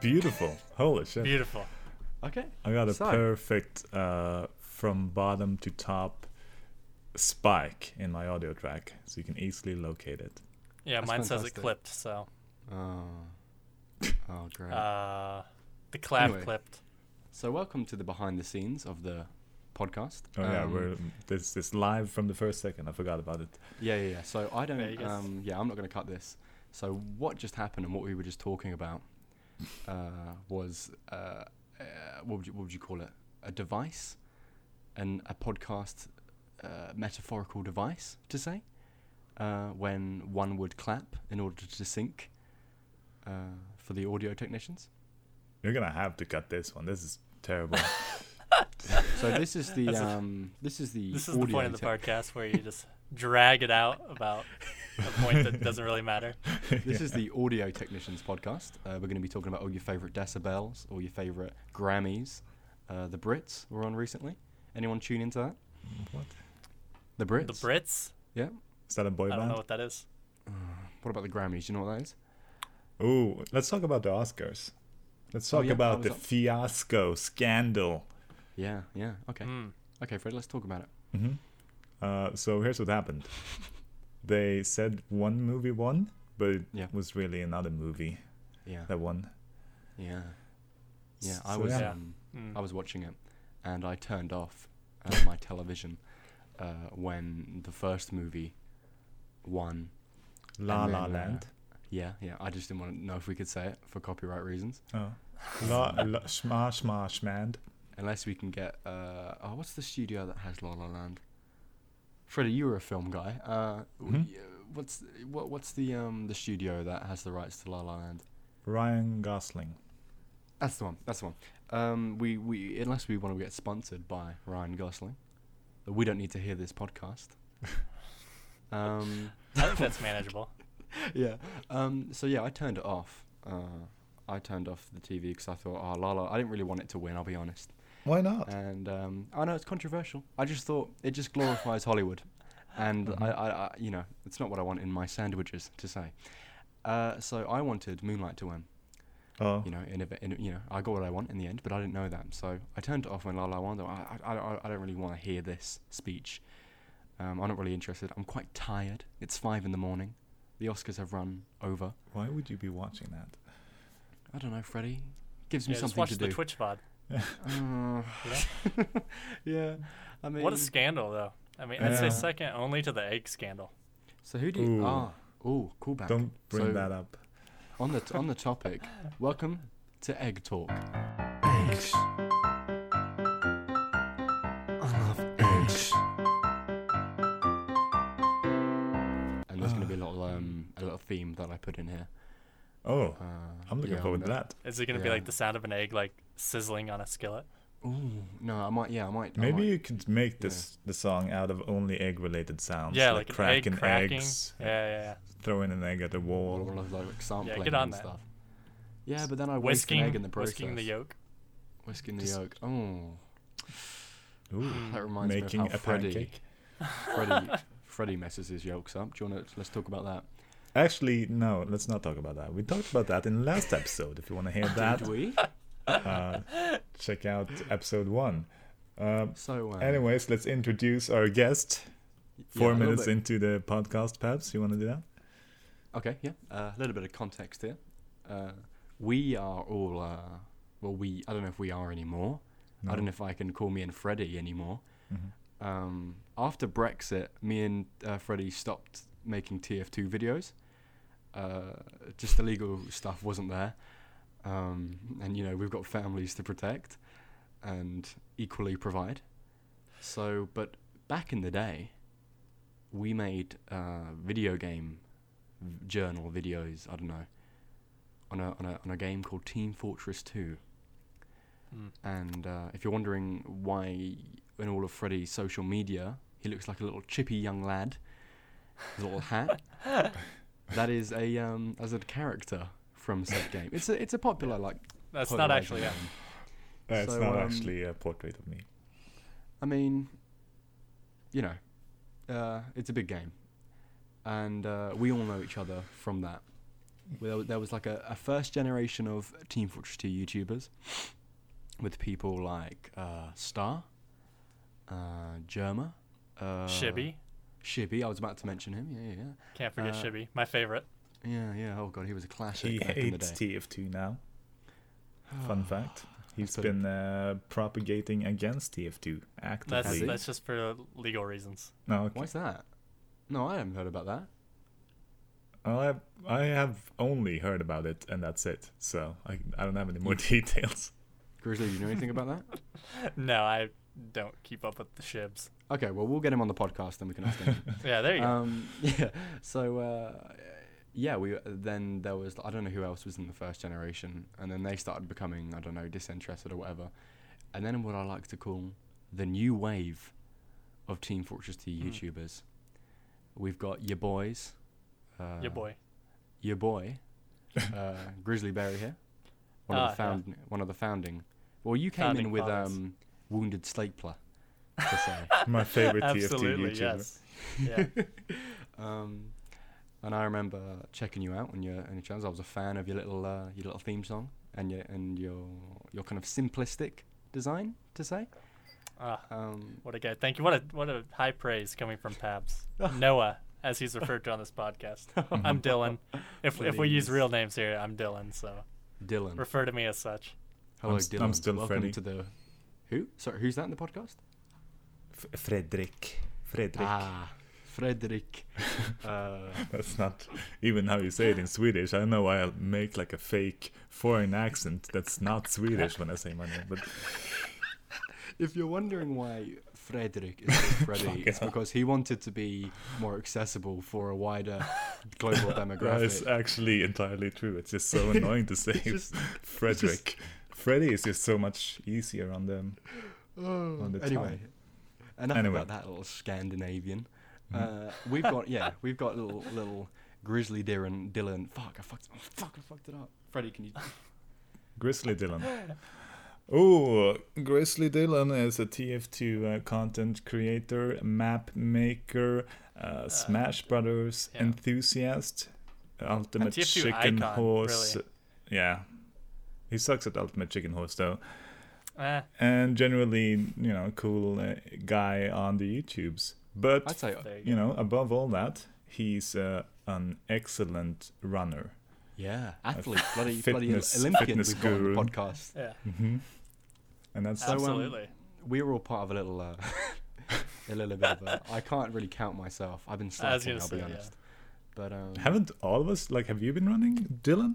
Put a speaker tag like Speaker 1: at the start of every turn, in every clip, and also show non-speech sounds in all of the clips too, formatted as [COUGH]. Speaker 1: beautiful. Holy shit.
Speaker 2: Beautiful.
Speaker 3: Okay.
Speaker 1: I got a
Speaker 3: So-
Speaker 1: perfect uh, from bottom to top spike in my audio track, so you can easily locate it.
Speaker 2: Yeah,
Speaker 3: That's
Speaker 2: mine says it
Speaker 3: fantastic.
Speaker 2: clipped, so
Speaker 3: [LAUGHS] Oh. Oh, great.
Speaker 2: uh, the clap
Speaker 3: Anyway.
Speaker 2: clipped.
Speaker 3: so, welcome to the behind the scenes of the podcast.
Speaker 1: Oh yeah,
Speaker 3: Um,
Speaker 1: we're this this live from the first second. I forgot about it.
Speaker 3: Yeah, yeah, yeah. So I
Speaker 2: There you
Speaker 3: don't.
Speaker 2: go.
Speaker 3: Um, yeah, I'm not going to cut this. So what just happened and what we were just talking about uh, was uh, uh, what would you what would you call it? A device, and a podcast uh, metaphorical device to say uh, when one would clap in order to sync uh, for the audio technicians.
Speaker 1: You're gonna have to cut this one. This is terrible.
Speaker 3: So this is the
Speaker 2: That's a-
Speaker 3: um, this is the
Speaker 2: This is
Speaker 3: audio
Speaker 2: the point of the
Speaker 3: tech-
Speaker 2: podcast where you just drag it out about a point
Speaker 3: [LAUGHS]
Speaker 2: that doesn't really matter.
Speaker 3: This is
Speaker 2: [LAUGHS]
Speaker 3: the Audio Technicians podcast. Uh, we're going to be talking about all your favourite decibels, all your favourite Grammys. Uh, the Brits were on recently. Anyone tune into that?
Speaker 1: what?
Speaker 3: The Brits.
Speaker 2: The Brits?
Speaker 3: Yeah.
Speaker 1: Is that a
Speaker 3: [LAUGHS]
Speaker 1: boy
Speaker 2: I don't know
Speaker 1: band?
Speaker 2: what that is.
Speaker 3: What about the Grammys? Do you know what that is?
Speaker 1: Ooh, let's talk about the Oscars. Let's
Speaker 3: Oh,
Speaker 1: talk
Speaker 3: yeah, I
Speaker 1: about
Speaker 3: was
Speaker 1: the
Speaker 3: up-
Speaker 1: fiasco scandal.
Speaker 3: Yeah. Yeah. Okay.
Speaker 2: Mm.
Speaker 3: Okay, Fred. Let's talk about it.
Speaker 1: hmm Uh, so here's what
Speaker 3: [LAUGHS]
Speaker 1: happened. They said one movie won, but it
Speaker 3: Yeah.
Speaker 1: was really another movie
Speaker 3: Yeah.
Speaker 1: that won.
Speaker 3: Yeah. Yeah. I
Speaker 1: So,
Speaker 3: was.
Speaker 1: yeah.
Speaker 3: Um,
Speaker 2: Mm.
Speaker 3: I was watching it, and I turned off uh,
Speaker 1: [LAUGHS]
Speaker 3: my television uh, when the first movie won.
Speaker 1: La
Speaker 3: And
Speaker 1: La
Speaker 3: then, uh,
Speaker 1: Land.
Speaker 3: Yeah. Yeah. I just didn't want to know if we could say it for copyright reasons.
Speaker 1: Oh. La, la, shma, shma, shmand.
Speaker 3: Unless we can get uh oh, what's the studio that has La La Land? Freddie, you were a film guy. Uh, w-
Speaker 1: Mhm.
Speaker 3: y- what's what what's the um the studio that has the rights to La La Land?
Speaker 1: Ryan Gosling.
Speaker 3: That's the one. That's the one. Um, we we unless we want to get sponsored by Ryan Gosling, but we don't need to hear this podcast. [LAUGHS] um,
Speaker 2: I think that's manageable.
Speaker 3: yeah. Um, so yeah, I turned it off. Uh, I turned off the TV because I thought, oh, La La, I didn't really want it to win. I'll be honest.
Speaker 1: Why not?
Speaker 3: and um, I know it's controversial. I just thought it just glorifies Hollywood, and
Speaker 1: Mhm.
Speaker 3: I, I, I, you know, it's not what I want in my sandwiches to say. Uh, so I wanted Moonlight to win.
Speaker 1: oh,
Speaker 3: You know, in, a, bit- in a- you know, I got what I want in the end, but I didn't know that. So I turned it off when La La won. though. I, I, I, I don't really want to hear this speech. Um, I'm not really interested. I'm quite tired. It's five in the morning. The Oscars have run over.
Speaker 1: why would you be watching that?
Speaker 3: I don't know, Freddie. [LAUGHS] Gives me
Speaker 2: Yeah, just
Speaker 3: something
Speaker 2: watch
Speaker 3: to
Speaker 2: the
Speaker 3: do.
Speaker 2: Twitch VOD.
Speaker 3: [LAUGHS] Uh,
Speaker 2: You know?
Speaker 3: yeah, I mean,
Speaker 2: What a scandal, though. I mean, I'd say
Speaker 1: Yeah.
Speaker 2: second only to the egg scandal.
Speaker 3: So who do you?
Speaker 1: Ooh.
Speaker 3: Ah, oh, cool back.
Speaker 1: Don't bring
Speaker 3: So-
Speaker 1: that up.
Speaker 3: On the on the topic, [LAUGHS] welcome to Egg Talk.
Speaker 4: eggs. I love eggs.
Speaker 3: And there's going to be a little um a little theme that I put in here.
Speaker 1: Oh,
Speaker 3: Uh,
Speaker 1: I'm looking
Speaker 3: yeah,
Speaker 1: forward to
Speaker 3: on
Speaker 1: that.
Speaker 2: Is it going to be
Speaker 3: Yeah.
Speaker 2: like the sound of an egg like sizzling on a skillet?
Speaker 3: the- Ooh, no, I might. Yeah, I might. I
Speaker 1: Maybe
Speaker 3: might-
Speaker 1: you could make
Speaker 3: yeah.
Speaker 1: this the song out of only egg-related sounds.
Speaker 2: yeah, like, an egg
Speaker 1: cracking
Speaker 2: cracking.
Speaker 1: eggs,
Speaker 2: Yeah, yeah,
Speaker 1: throwing an egg at the wall.
Speaker 3: all of like sampling
Speaker 2: get on
Speaker 3: and
Speaker 2: that.
Speaker 3: stuff. Yeah, but then I
Speaker 2: yeah.
Speaker 3: whisk an egg in the
Speaker 2: Whisking,
Speaker 3: process.
Speaker 2: whisking the yolk.
Speaker 3: Whisking the
Speaker 1: Just-
Speaker 3: yolk. Oh,
Speaker 1: Ooh,
Speaker 2: Hmm,
Speaker 3: that reminds
Speaker 1: making
Speaker 3: me of
Speaker 1: a
Speaker 3: how Freddie,
Speaker 1: pancake.
Speaker 3: Freddie, Freddie messes his yolks up. Do you want to let's talk about that?
Speaker 1: Actually, no, let's not talk about that. We talked about that in the last episode. If you want to
Speaker 3: [LAUGHS]
Speaker 1: hear that,
Speaker 3: Did we?
Speaker 1: uh, check out episode one. Um, [LAUGHS]
Speaker 3: So uh,
Speaker 1: anyways, let's introduce our guest.
Speaker 3: yeah,
Speaker 1: Four
Speaker 3: a little
Speaker 1: minutes
Speaker 3: bit-
Speaker 1: into the podcast, perhaps you want to do that?
Speaker 3: Okay, yeah. Uh, A little bit of context here. Uh, we are all, uh, well, we, I don't know if we are anymore. I don't know if I can call me and Freddie anymore.
Speaker 1: Mhm.
Speaker 3: Um, after Brexit, me and uh, Freddie stopped making TF2 videos. Uh, just the legal stuff wasn't there. Um, and, you know, we've got families to protect and equally provide. So, but back in the day, we made uh, video game v- journal videos. I don't know on a on a on a game called Team Fortress Two. [LAUGHS]
Speaker 2: Mm.
Speaker 3: And uh, if you're wondering why in all of Freddy's social media he looks like a little chippy young lad, his little hat, that is a um as a character from said game. It's a it's a popular like.
Speaker 2: That's not
Speaker 3: polarizing
Speaker 2: actually. Yeah.
Speaker 3: game.
Speaker 1: That's
Speaker 3: So,
Speaker 1: Uh, not
Speaker 3: um,
Speaker 1: actually a portrait of me.
Speaker 3: I mean, you know, uh, it's a big game, and uh, we all know each other from that. where there was- there was like a, a first generation of Team Fortress 2 YouTubers with people like uh, Star, uh, Germa, uh,
Speaker 2: Shibby.
Speaker 3: Shibby. I was about to mention him. Yeah, yeah, yeah.
Speaker 2: Can't forget
Speaker 3: uh,
Speaker 2: Shibby. My favorite.
Speaker 3: Yeah, yeah. Oh god, he was a classic
Speaker 1: He
Speaker 3: back in the
Speaker 1: hates
Speaker 3: day. Ah.
Speaker 1: TF2 now.
Speaker 3: [SIGHS]
Speaker 1: Fun fact. He's
Speaker 3: better.
Speaker 1: been uh, propagating against TF2
Speaker 2: That's
Speaker 1: actively.
Speaker 3: Has he?
Speaker 2: that's just for legal reasons. [LAUGHS]
Speaker 1: no, okay.
Speaker 3: Why's that? No, I haven't heard about that.
Speaker 1: I have, I have only heard about it, and that's it. So I, I don't have any more [LAUGHS] details.
Speaker 3: Grizzly, do you know anything about that?
Speaker 2: No, I don't keep up with the shibs.
Speaker 3: Okay, well we'll get him on the podcast, then we can ask him.
Speaker 2: Yeah, there you go.
Speaker 3: um, [LAUGHS] yeah. So uh, yeah, we then there was I don't know who else was in the first generation, and then they started becoming I don't know disinterested or whatever, and then what I like to call the new wave of Team Fortress 2
Speaker 2: Mm.
Speaker 3: YouTubers. We've got your boys, uh,
Speaker 2: Your boy.
Speaker 3: your boy,
Speaker 2: [LAUGHS]
Speaker 3: uh, Grizzly Berry here, one of the
Speaker 2: Ah, yeah.
Speaker 3: found one of the founding. Well, you came
Speaker 2: Founding
Speaker 3: in with
Speaker 2: fathers.
Speaker 3: um, Wounded Stapler, per se.
Speaker 1: My favorite
Speaker 2: Absolutely,
Speaker 1: TF2 YouTuber.
Speaker 2: yes. Yeah.
Speaker 3: Um, and I remember checking you out on your on your channels. I was a fan of your little uh, your little theme song and your and your your kind of simplistic design to say.
Speaker 2: Ah,
Speaker 3: Um,
Speaker 2: what a guy. Thank you. What a what a high praise coming from Pabs. Noah, as he's referred to on this podcast. I'm Dylan. If if we use
Speaker 3: Please.
Speaker 2: real names here, I'm Dylan, so
Speaker 3: Dylan.
Speaker 2: refer to me as such.
Speaker 3: Hello,
Speaker 1: I'm s-
Speaker 3: Dylan.
Speaker 1: I'm still
Speaker 3: Welcome
Speaker 1: Freddy.
Speaker 3: to the who? Sorry, who's that in the podcast?
Speaker 1: F- Fredrik. Fredrik.
Speaker 3: Ah,
Speaker 1: [LAUGHS]
Speaker 3: Frederick. uh,
Speaker 1: That's not even how you say it in Swedish. I know I make like a fake foreign accent that's not Swedish when I say my name, but
Speaker 3: if you're wondering why Frederick is
Speaker 1: [LAUGHS]
Speaker 3: called Freddy, it's because he wanted to be more accessible for a wider
Speaker 1: [LAUGHS]
Speaker 3: global
Speaker 1: that is
Speaker 3: demographic.
Speaker 1: actually entirely true. It's just
Speaker 3: [LAUGHS]
Speaker 1: so annoying to say
Speaker 3: just-
Speaker 1: Frederick. Freddy is just so much easier on them.
Speaker 2: Mm.
Speaker 1: on the
Speaker 3: anyway,
Speaker 1: time.
Speaker 3: enough
Speaker 1: Anyway. Mm.
Speaker 3: about that little Scandinavian. Uh, we've got yeah, we've got little little grizzly Dylan. Dylan, fuck, I fucked, oh, fuck, I fucked it up. Freddie, can you?
Speaker 1: Grizzly [GASPS] Dylan. Oh, Grizzly Dylan is a TF2 uh, content creator, map maker, uh, Smash Brothers
Speaker 2: yeah.
Speaker 1: enthusiast, ultimate
Speaker 2: TF2
Speaker 1: chicken
Speaker 2: icon,
Speaker 1: horse.
Speaker 2: really.
Speaker 1: Yeah, he sucks at ultimate chicken horse though,
Speaker 2: Eh,
Speaker 1: and generally, you know, cool uh, guy on the YouTubes. But
Speaker 3: I'd say
Speaker 2: there you go.
Speaker 1: you know, above all that, he's uh, an excellent runner.
Speaker 3: yeah, athlete, bloody
Speaker 1: Fitness-
Speaker 3: bloody Olympian.
Speaker 1: fitness
Speaker 3: we've got on the
Speaker 1: guru.
Speaker 3: podcast.
Speaker 2: Yeah.
Speaker 1: hmm And that's
Speaker 3: um,
Speaker 2: Absolutely.
Speaker 3: We were all part of a little uh, [LAUGHS] a little bit of a. I can't really count myself. I've been
Speaker 2: I was
Speaker 3: slacking.
Speaker 2: gonna
Speaker 3: I'll
Speaker 2: say,
Speaker 3: be
Speaker 2: yeah.
Speaker 3: honest. But um,
Speaker 1: Haven't all of us like? Have you been running, Dylan?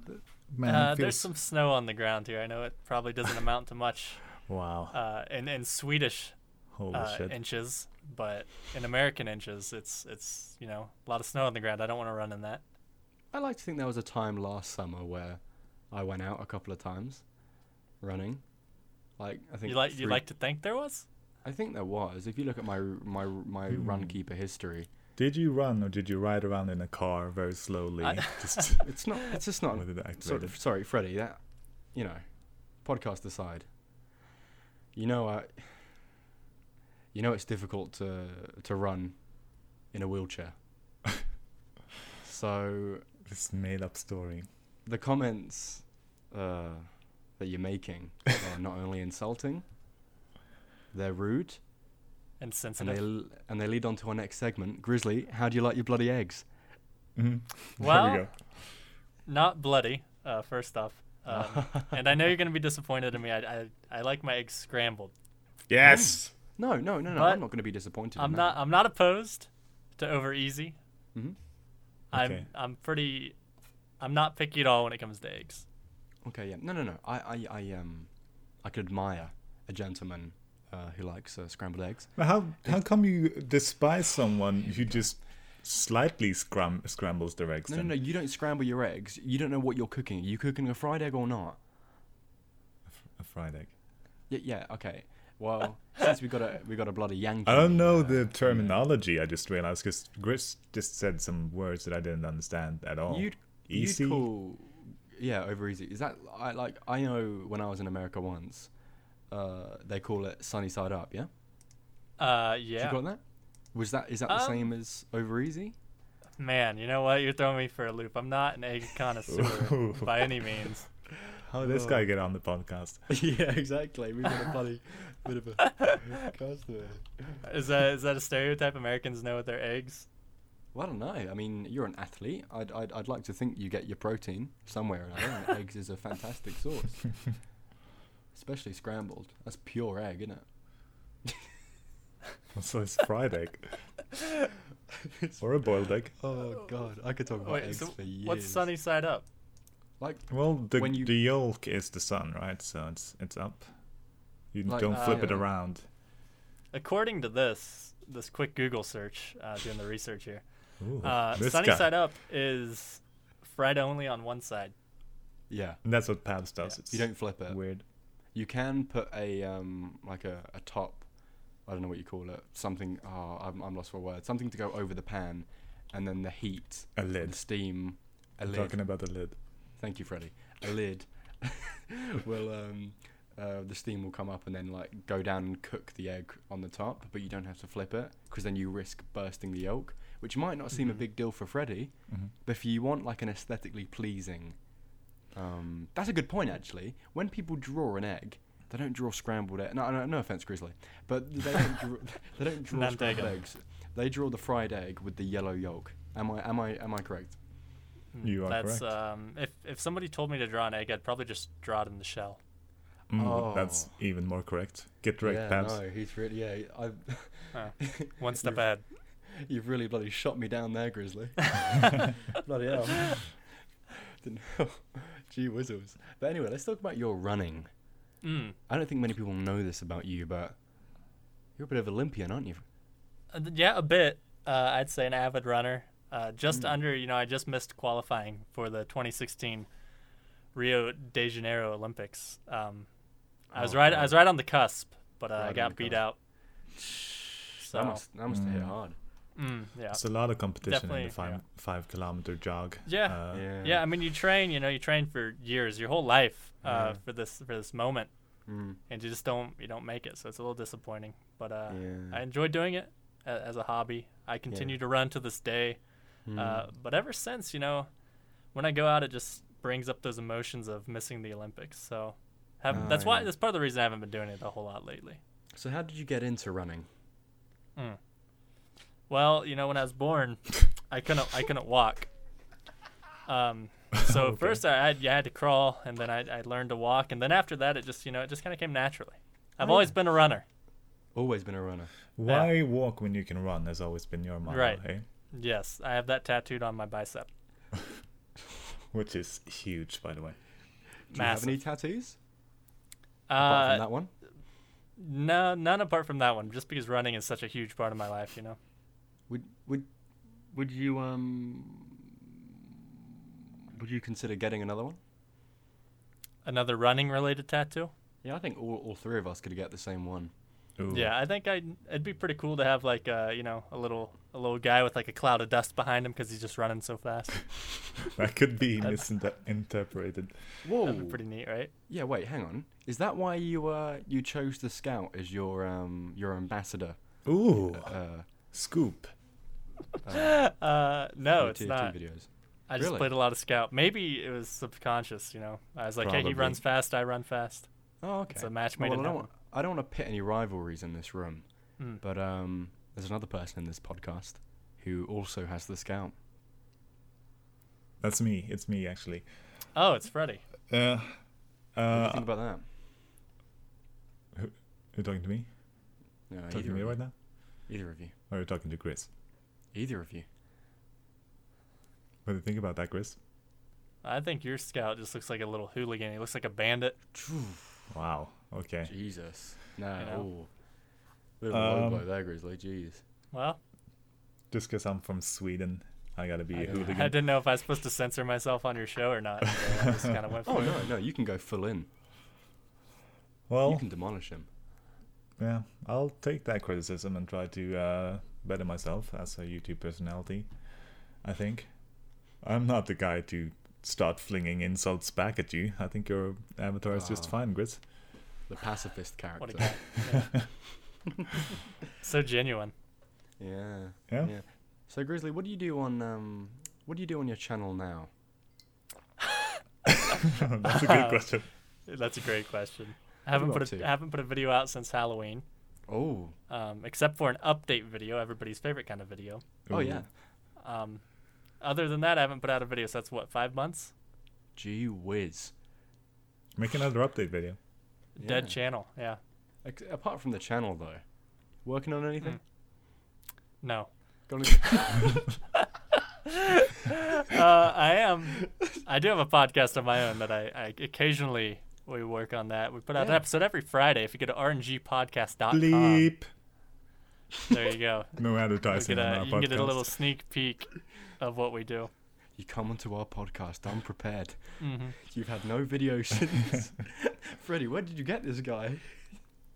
Speaker 1: Man, it
Speaker 2: uh, there's
Speaker 1: feels-
Speaker 2: some snow on the ground here. I know it probably doesn't amount to much
Speaker 1: Wow,
Speaker 2: uh, in, in Swedish
Speaker 1: holy
Speaker 2: uh,
Speaker 1: shit!
Speaker 2: inches, but in American inches, it's it's you know a lot of snow on the ground. I don't want to run in that.
Speaker 3: I like to think there was a time last summer where I went out a couple of times running. Like I think
Speaker 2: You like you
Speaker 3: three-
Speaker 2: like to think there was?
Speaker 3: I think there was. If you look at my my my run keeper history,
Speaker 1: Did you run or did you ride around in a car very slowly?
Speaker 2: I-
Speaker 1: [LAUGHS]
Speaker 2: [LAUGHS]
Speaker 1: just
Speaker 3: it's not. It's just not.
Speaker 1: with it
Speaker 3: Sort
Speaker 1: activated.
Speaker 3: of, sorry, Freddie. That you know, podcast aside. You know, I. You know, it's difficult to to run in a [LAUGHS] wheelchair. so
Speaker 1: This made-up story.
Speaker 3: the comments uh, that you're making are not only insulting, they're rude, and they
Speaker 2: Insensitive.
Speaker 3: l- and they lead on to our next segment. Grizzly, how do you like your bloody [LAUGHS] eggs?
Speaker 1: Mhm.
Speaker 2: Well,
Speaker 1: there we go.
Speaker 2: Not bloody. Uh, first off, um,
Speaker 3: Uh,
Speaker 2: and I know you're gonna be disappointed in me. I I, I like my eggs scrambled.
Speaker 1: Yes.
Speaker 2: hmm.
Speaker 3: No, no, no, no.
Speaker 2: But
Speaker 3: I'm not going to be disappointed.
Speaker 2: I'm
Speaker 3: in
Speaker 2: not I'm not opposed to over easy.
Speaker 3: Mhm.
Speaker 1: Okay.
Speaker 2: I'm I'm pretty. I'm not picky at all when it comes to eggs.
Speaker 3: That. Okay, yeah. No, no, no. I, I, I, um, I could admire a gentleman uh, who likes uh, scrambled eggs.
Speaker 1: But How how come you despise someone who just slightly scrum scrambles their eggs?
Speaker 3: No, no,
Speaker 1: then?
Speaker 3: no. You don't scramble your eggs. You don't know what you're cooking. Are you cooking a fried egg or not?
Speaker 1: A fried egg.
Speaker 3: Yeah, yeah. Okay.
Speaker 2: [LAUGHS]
Speaker 3: Well, since we got a we got a bloody Yankee.
Speaker 1: I don't know
Speaker 3: uh,
Speaker 1: the terminology. I just realized because Chris just said some words that I didn't understand at all.
Speaker 3: You'd
Speaker 1: Easy.
Speaker 3: You'd call, yeah, over easy. Is that I like? I know when I was in America once, uh, they call it sunny side up. Yeah.
Speaker 2: Uh,
Speaker 3: Did
Speaker 2: yeah.
Speaker 3: You got that? Was that is that the
Speaker 2: Um,
Speaker 3: same as over easy?
Speaker 2: Man, you know what? You're throwing me for a loop. I'm not an egg
Speaker 3: [LAUGHS]
Speaker 2: connoisseur
Speaker 1: Ooh.
Speaker 2: by any means.
Speaker 1: How did this
Speaker 3: Oh.
Speaker 1: guy get on the podcast?
Speaker 3: [LAUGHS] yeah, exactly. We've got a [LAUGHS] funny bit of a castaway.
Speaker 2: Is that is that a stereotype? Americans know what their eggs.
Speaker 3: Well, I don't know. I mean, you're an athlete. I'd, I'd, I'd like to think you get your protein somewhere or another. and eggs is a fantastic source,
Speaker 2: [LAUGHS]
Speaker 3: especially scrambled. That's pure egg, isn't it?
Speaker 1: [LAUGHS] so it's fried egg
Speaker 3: [LAUGHS]
Speaker 1: or a boiled egg.
Speaker 3: Oh God, I could talk about
Speaker 2: Wait,
Speaker 3: eggs
Speaker 2: so
Speaker 3: for years.
Speaker 2: what's sunny side up?
Speaker 3: Like,
Speaker 1: Well, the
Speaker 3: When you-
Speaker 1: the yolk is the sun, right? So it's it's up. You
Speaker 3: Like,
Speaker 1: don't flip it
Speaker 3: uh,
Speaker 1: around.
Speaker 2: According to this this quick Google search, uh, doing the research here,
Speaker 1: Ooh,
Speaker 2: uh,
Speaker 1: this
Speaker 2: sunny
Speaker 1: guy.
Speaker 2: side up is fried only on one side.
Speaker 3: yeah,
Speaker 1: And that's what Pabs does. It's
Speaker 3: you don't flip it.
Speaker 1: weird.
Speaker 3: You can put a um like a, a top, I don't know what you call it, something. Oh, I'm, I'm lost for a word. Something to go over the pan, and then the heat,
Speaker 1: A
Speaker 3: and
Speaker 1: lid.
Speaker 3: steam, a lid.
Speaker 1: Talking about a lid.
Speaker 3: Thank you, Freddie. A lid [LAUGHS] will um uh, the steam will come up and then like go down and cook the egg on the top, but you don't have to flip it because then you risk bursting the yolk, which might not seem a big deal for Freddie,
Speaker 1: Mhm.
Speaker 3: but if you want like an aesthetically pleasing, um, that's a good point actually. When people draw an egg, they don't draw scrambled egg. No, no, no offense, Grizzly, but they don't draw, they don't draw
Speaker 2: None
Speaker 3: scrambled
Speaker 2: taken.
Speaker 3: eggs. They draw the fried egg with the yellow yolk. Am I am I am I correct?
Speaker 2: Hmm,
Speaker 1: You are
Speaker 2: That's
Speaker 1: correct.
Speaker 2: um, if if somebody told me to draw an egg, I'd probably just draw it in the shell.
Speaker 1: Mm, That's
Speaker 3: Oh.
Speaker 1: even more correct. Get right,
Speaker 3: yeah,
Speaker 1: Pabs.
Speaker 3: no, he's really yeah. I've
Speaker 2: Uh, one step
Speaker 3: You're-
Speaker 2: ahead.
Speaker 3: [LAUGHS] You've really bloody shot me down there,
Speaker 2: [LAUGHS]
Speaker 3: Grizzly. [LAUGHS] bloody hell. Didn't know. Gee whizzles. But anyway, let's talk about your running.
Speaker 2: Mm.
Speaker 3: I don't think many people know this about you, but you're a bit of Olympian, aren't you?
Speaker 2: Uh, th- Yeah, a bit. Uh, I'd say an avid runner. Uh, just
Speaker 3: Mm.
Speaker 2: under, you know, I just missed qualifying for the 2016 Rio de Janeiro Olympics. Um, I was
Speaker 3: Oh,
Speaker 2: right.
Speaker 3: God.
Speaker 2: I was right on the cusp, but uh,
Speaker 3: Right
Speaker 2: I
Speaker 3: on
Speaker 2: got
Speaker 3: the
Speaker 2: beat
Speaker 3: cusp.
Speaker 2: out.
Speaker 3: Oh, That
Speaker 2: So,
Speaker 3: must, that must have hit
Speaker 1: Mm.
Speaker 3: hard.
Speaker 2: mm, yeah,
Speaker 1: It's a lot of competition in
Speaker 2: Definitely,
Speaker 1: the five
Speaker 2: yeah.
Speaker 1: five kilometer jog.
Speaker 2: Yeah.
Speaker 1: Uh,
Speaker 3: yeah.
Speaker 2: yeah. I mean, you train. You know, you train for years, your whole life, uh,
Speaker 3: Yeah.
Speaker 2: for this for this moment,
Speaker 3: Mm,
Speaker 2: and you just don't you don't make it. So it's a little disappointing. But uh,
Speaker 3: yeah.
Speaker 2: I enjoy doing it a- as a hobby. I continue to run to this day.
Speaker 3: Mm.
Speaker 2: Uh, but ever since, you know, when I go out, it just brings up those emotions of missing the Olympics. So have,
Speaker 3: Ah,
Speaker 2: that's why
Speaker 3: yeah.
Speaker 2: that's part of the reason I haven't been doing it a whole lot lately.
Speaker 3: so how did you get into running?
Speaker 2: Well, you know, when I was born, I couldn't I couldn't walk.
Speaker 3: [LAUGHS]
Speaker 2: Um, so
Speaker 1: Okay.
Speaker 2: first I had, yeah, I had to crawl, and then I, I learned to walk, and then after that, it just you know it just kind of came naturally. I've
Speaker 3: Oh,
Speaker 2: always
Speaker 3: yeah.
Speaker 2: been a runner.
Speaker 3: Always been a runner.
Speaker 1: Why walk when you can run has always been your motto,
Speaker 2: Right.
Speaker 1: eh?
Speaker 2: Yes, I have that tattooed on my bicep.
Speaker 1: Which is huge, by the way.
Speaker 3: Do you have any
Speaker 2: Massive.
Speaker 3: tattoos? Apart from
Speaker 2: Uh,
Speaker 3: that one?
Speaker 2: no, none apart from that one. Just because running is such a huge part of my life, you know.
Speaker 3: Would would would you um would you consider getting another one?
Speaker 2: Another running related tattoo.
Speaker 3: Yeah, I think all, all three of us could get the same one.
Speaker 1: Ooh.
Speaker 2: Yeah, I think I would it'd be pretty cool to have like uh you know a little a little guy with like a cloud of dust behind him because he's just running so fast.
Speaker 1: That could be misinterpreted.
Speaker 3: Whoa.
Speaker 2: That'd be pretty neat, right?
Speaker 3: Yeah, wait, hang on. Is that why you uh you chose the scout as your um your ambassador?
Speaker 1: Ooh,
Speaker 3: Uh,
Speaker 1: scoop.
Speaker 2: Uh no,
Speaker 3: for
Speaker 2: it's
Speaker 3: TFT
Speaker 2: not.
Speaker 3: videos.
Speaker 2: I just
Speaker 3: Really?
Speaker 2: played a lot of scout. Maybe it was subconscious, you know. I was like, hey,
Speaker 1: Probably.
Speaker 2: he runs fast, I run fast.
Speaker 3: Oh, okay.
Speaker 2: It's a match
Speaker 3: Well,
Speaker 2: made
Speaker 3: I
Speaker 2: in
Speaker 3: don't
Speaker 2: heaven.
Speaker 3: want, I don't want to pit any rivalries in this room,
Speaker 2: Mm.
Speaker 3: but um there's another person in this podcast who also has the scout.
Speaker 1: That's me. It's me actually.
Speaker 2: Oh, it's Freddy.
Speaker 1: Uh,
Speaker 3: What do you
Speaker 1: uh,
Speaker 3: think about that?
Speaker 1: you're talking to me?
Speaker 3: No,
Speaker 1: Talking to me
Speaker 3: of
Speaker 1: right
Speaker 3: you.
Speaker 1: now?
Speaker 3: Either of you.
Speaker 1: Or you're talking to Chris?
Speaker 3: Either of you.
Speaker 1: What do you think about that, Chris?
Speaker 2: I think your scout just looks like a little hooligan. He looks like a bandit.
Speaker 1: Wow. Okay.
Speaker 3: Jesus. No.
Speaker 2: You know?
Speaker 3: ooh. Bit of a low
Speaker 1: Um,
Speaker 3: blow there, Grizzly. Jeez.
Speaker 2: Well,
Speaker 1: Just 'cause I'm from Sweden, I gotta be
Speaker 3: I
Speaker 1: a
Speaker 3: don't know.
Speaker 2: I
Speaker 1: hooligan.
Speaker 2: didn't know if I was supposed to censor myself on your show or not. So I just kind of went
Speaker 3: Oh
Speaker 2: for it.
Speaker 3: no, no, you can go full in. You
Speaker 1: Well,
Speaker 3: can demolish him.
Speaker 1: yeah, I'll take that criticism and try to uh, better myself as a YouTube personality. I think I'm not the guy to start flinging insults back at you. I think your avatar is just
Speaker 3: Ah.
Speaker 1: fine, Chris. [LAUGHS]
Speaker 3: The pacifist character.
Speaker 2: What a guy. Yeah. so genuine.
Speaker 3: Yeah.
Speaker 1: Yeah.
Speaker 3: Yeah. So Grizzly, what do you do on um, what do you do on your channel now?
Speaker 1: That's a
Speaker 3: [LAUGHS]
Speaker 1: good question.
Speaker 2: That's a great question. I haven't
Speaker 3: What
Speaker 2: put
Speaker 3: up
Speaker 2: a,
Speaker 3: to?
Speaker 2: I haven't put a video out since Halloween,
Speaker 3: Oh,
Speaker 2: um, except for an update video, everybody's favorite kind of video.
Speaker 3: oh
Speaker 1: Ooh.
Speaker 3: yeah.
Speaker 2: Um, other than that, I haven't put out a video. So that's what five months.
Speaker 3: Gee whiz.
Speaker 1: Make another update video.
Speaker 2: Dead
Speaker 3: Yeah.
Speaker 2: channel. Yeah.
Speaker 3: Ex- apart from the channel though, working on anything?
Speaker 2: No.
Speaker 3: Got anything? [LAUGHS]
Speaker 2: Uh, I am. I do have a podcast of my own that I, I occasionally we work on that. We put out an
Speaker 3: Yeah.
Speaker 2: episode every Friday. If you go to rngpodcast.com,
Speaker 1: Bleep.
Speaker 2: there Ah, you go.
Speaker 1: No
Speaker 2: You
Speaker 1: advertising
Speaker 2: get,
Speaker 1: on
Speaker 2: a,
Speaker 1: our
Speaker 2: you can get a
Speaker 1: podcast.
Speaker 2: little sneak peek of what we do.
Speaker 3: you come onto our podcast unprepared.
Speaker 2: hmm
Speaker 3: You've had
Speaker 1: [LAUGHS]
Speaker 3: no video since. Freddie, where did you get this guy?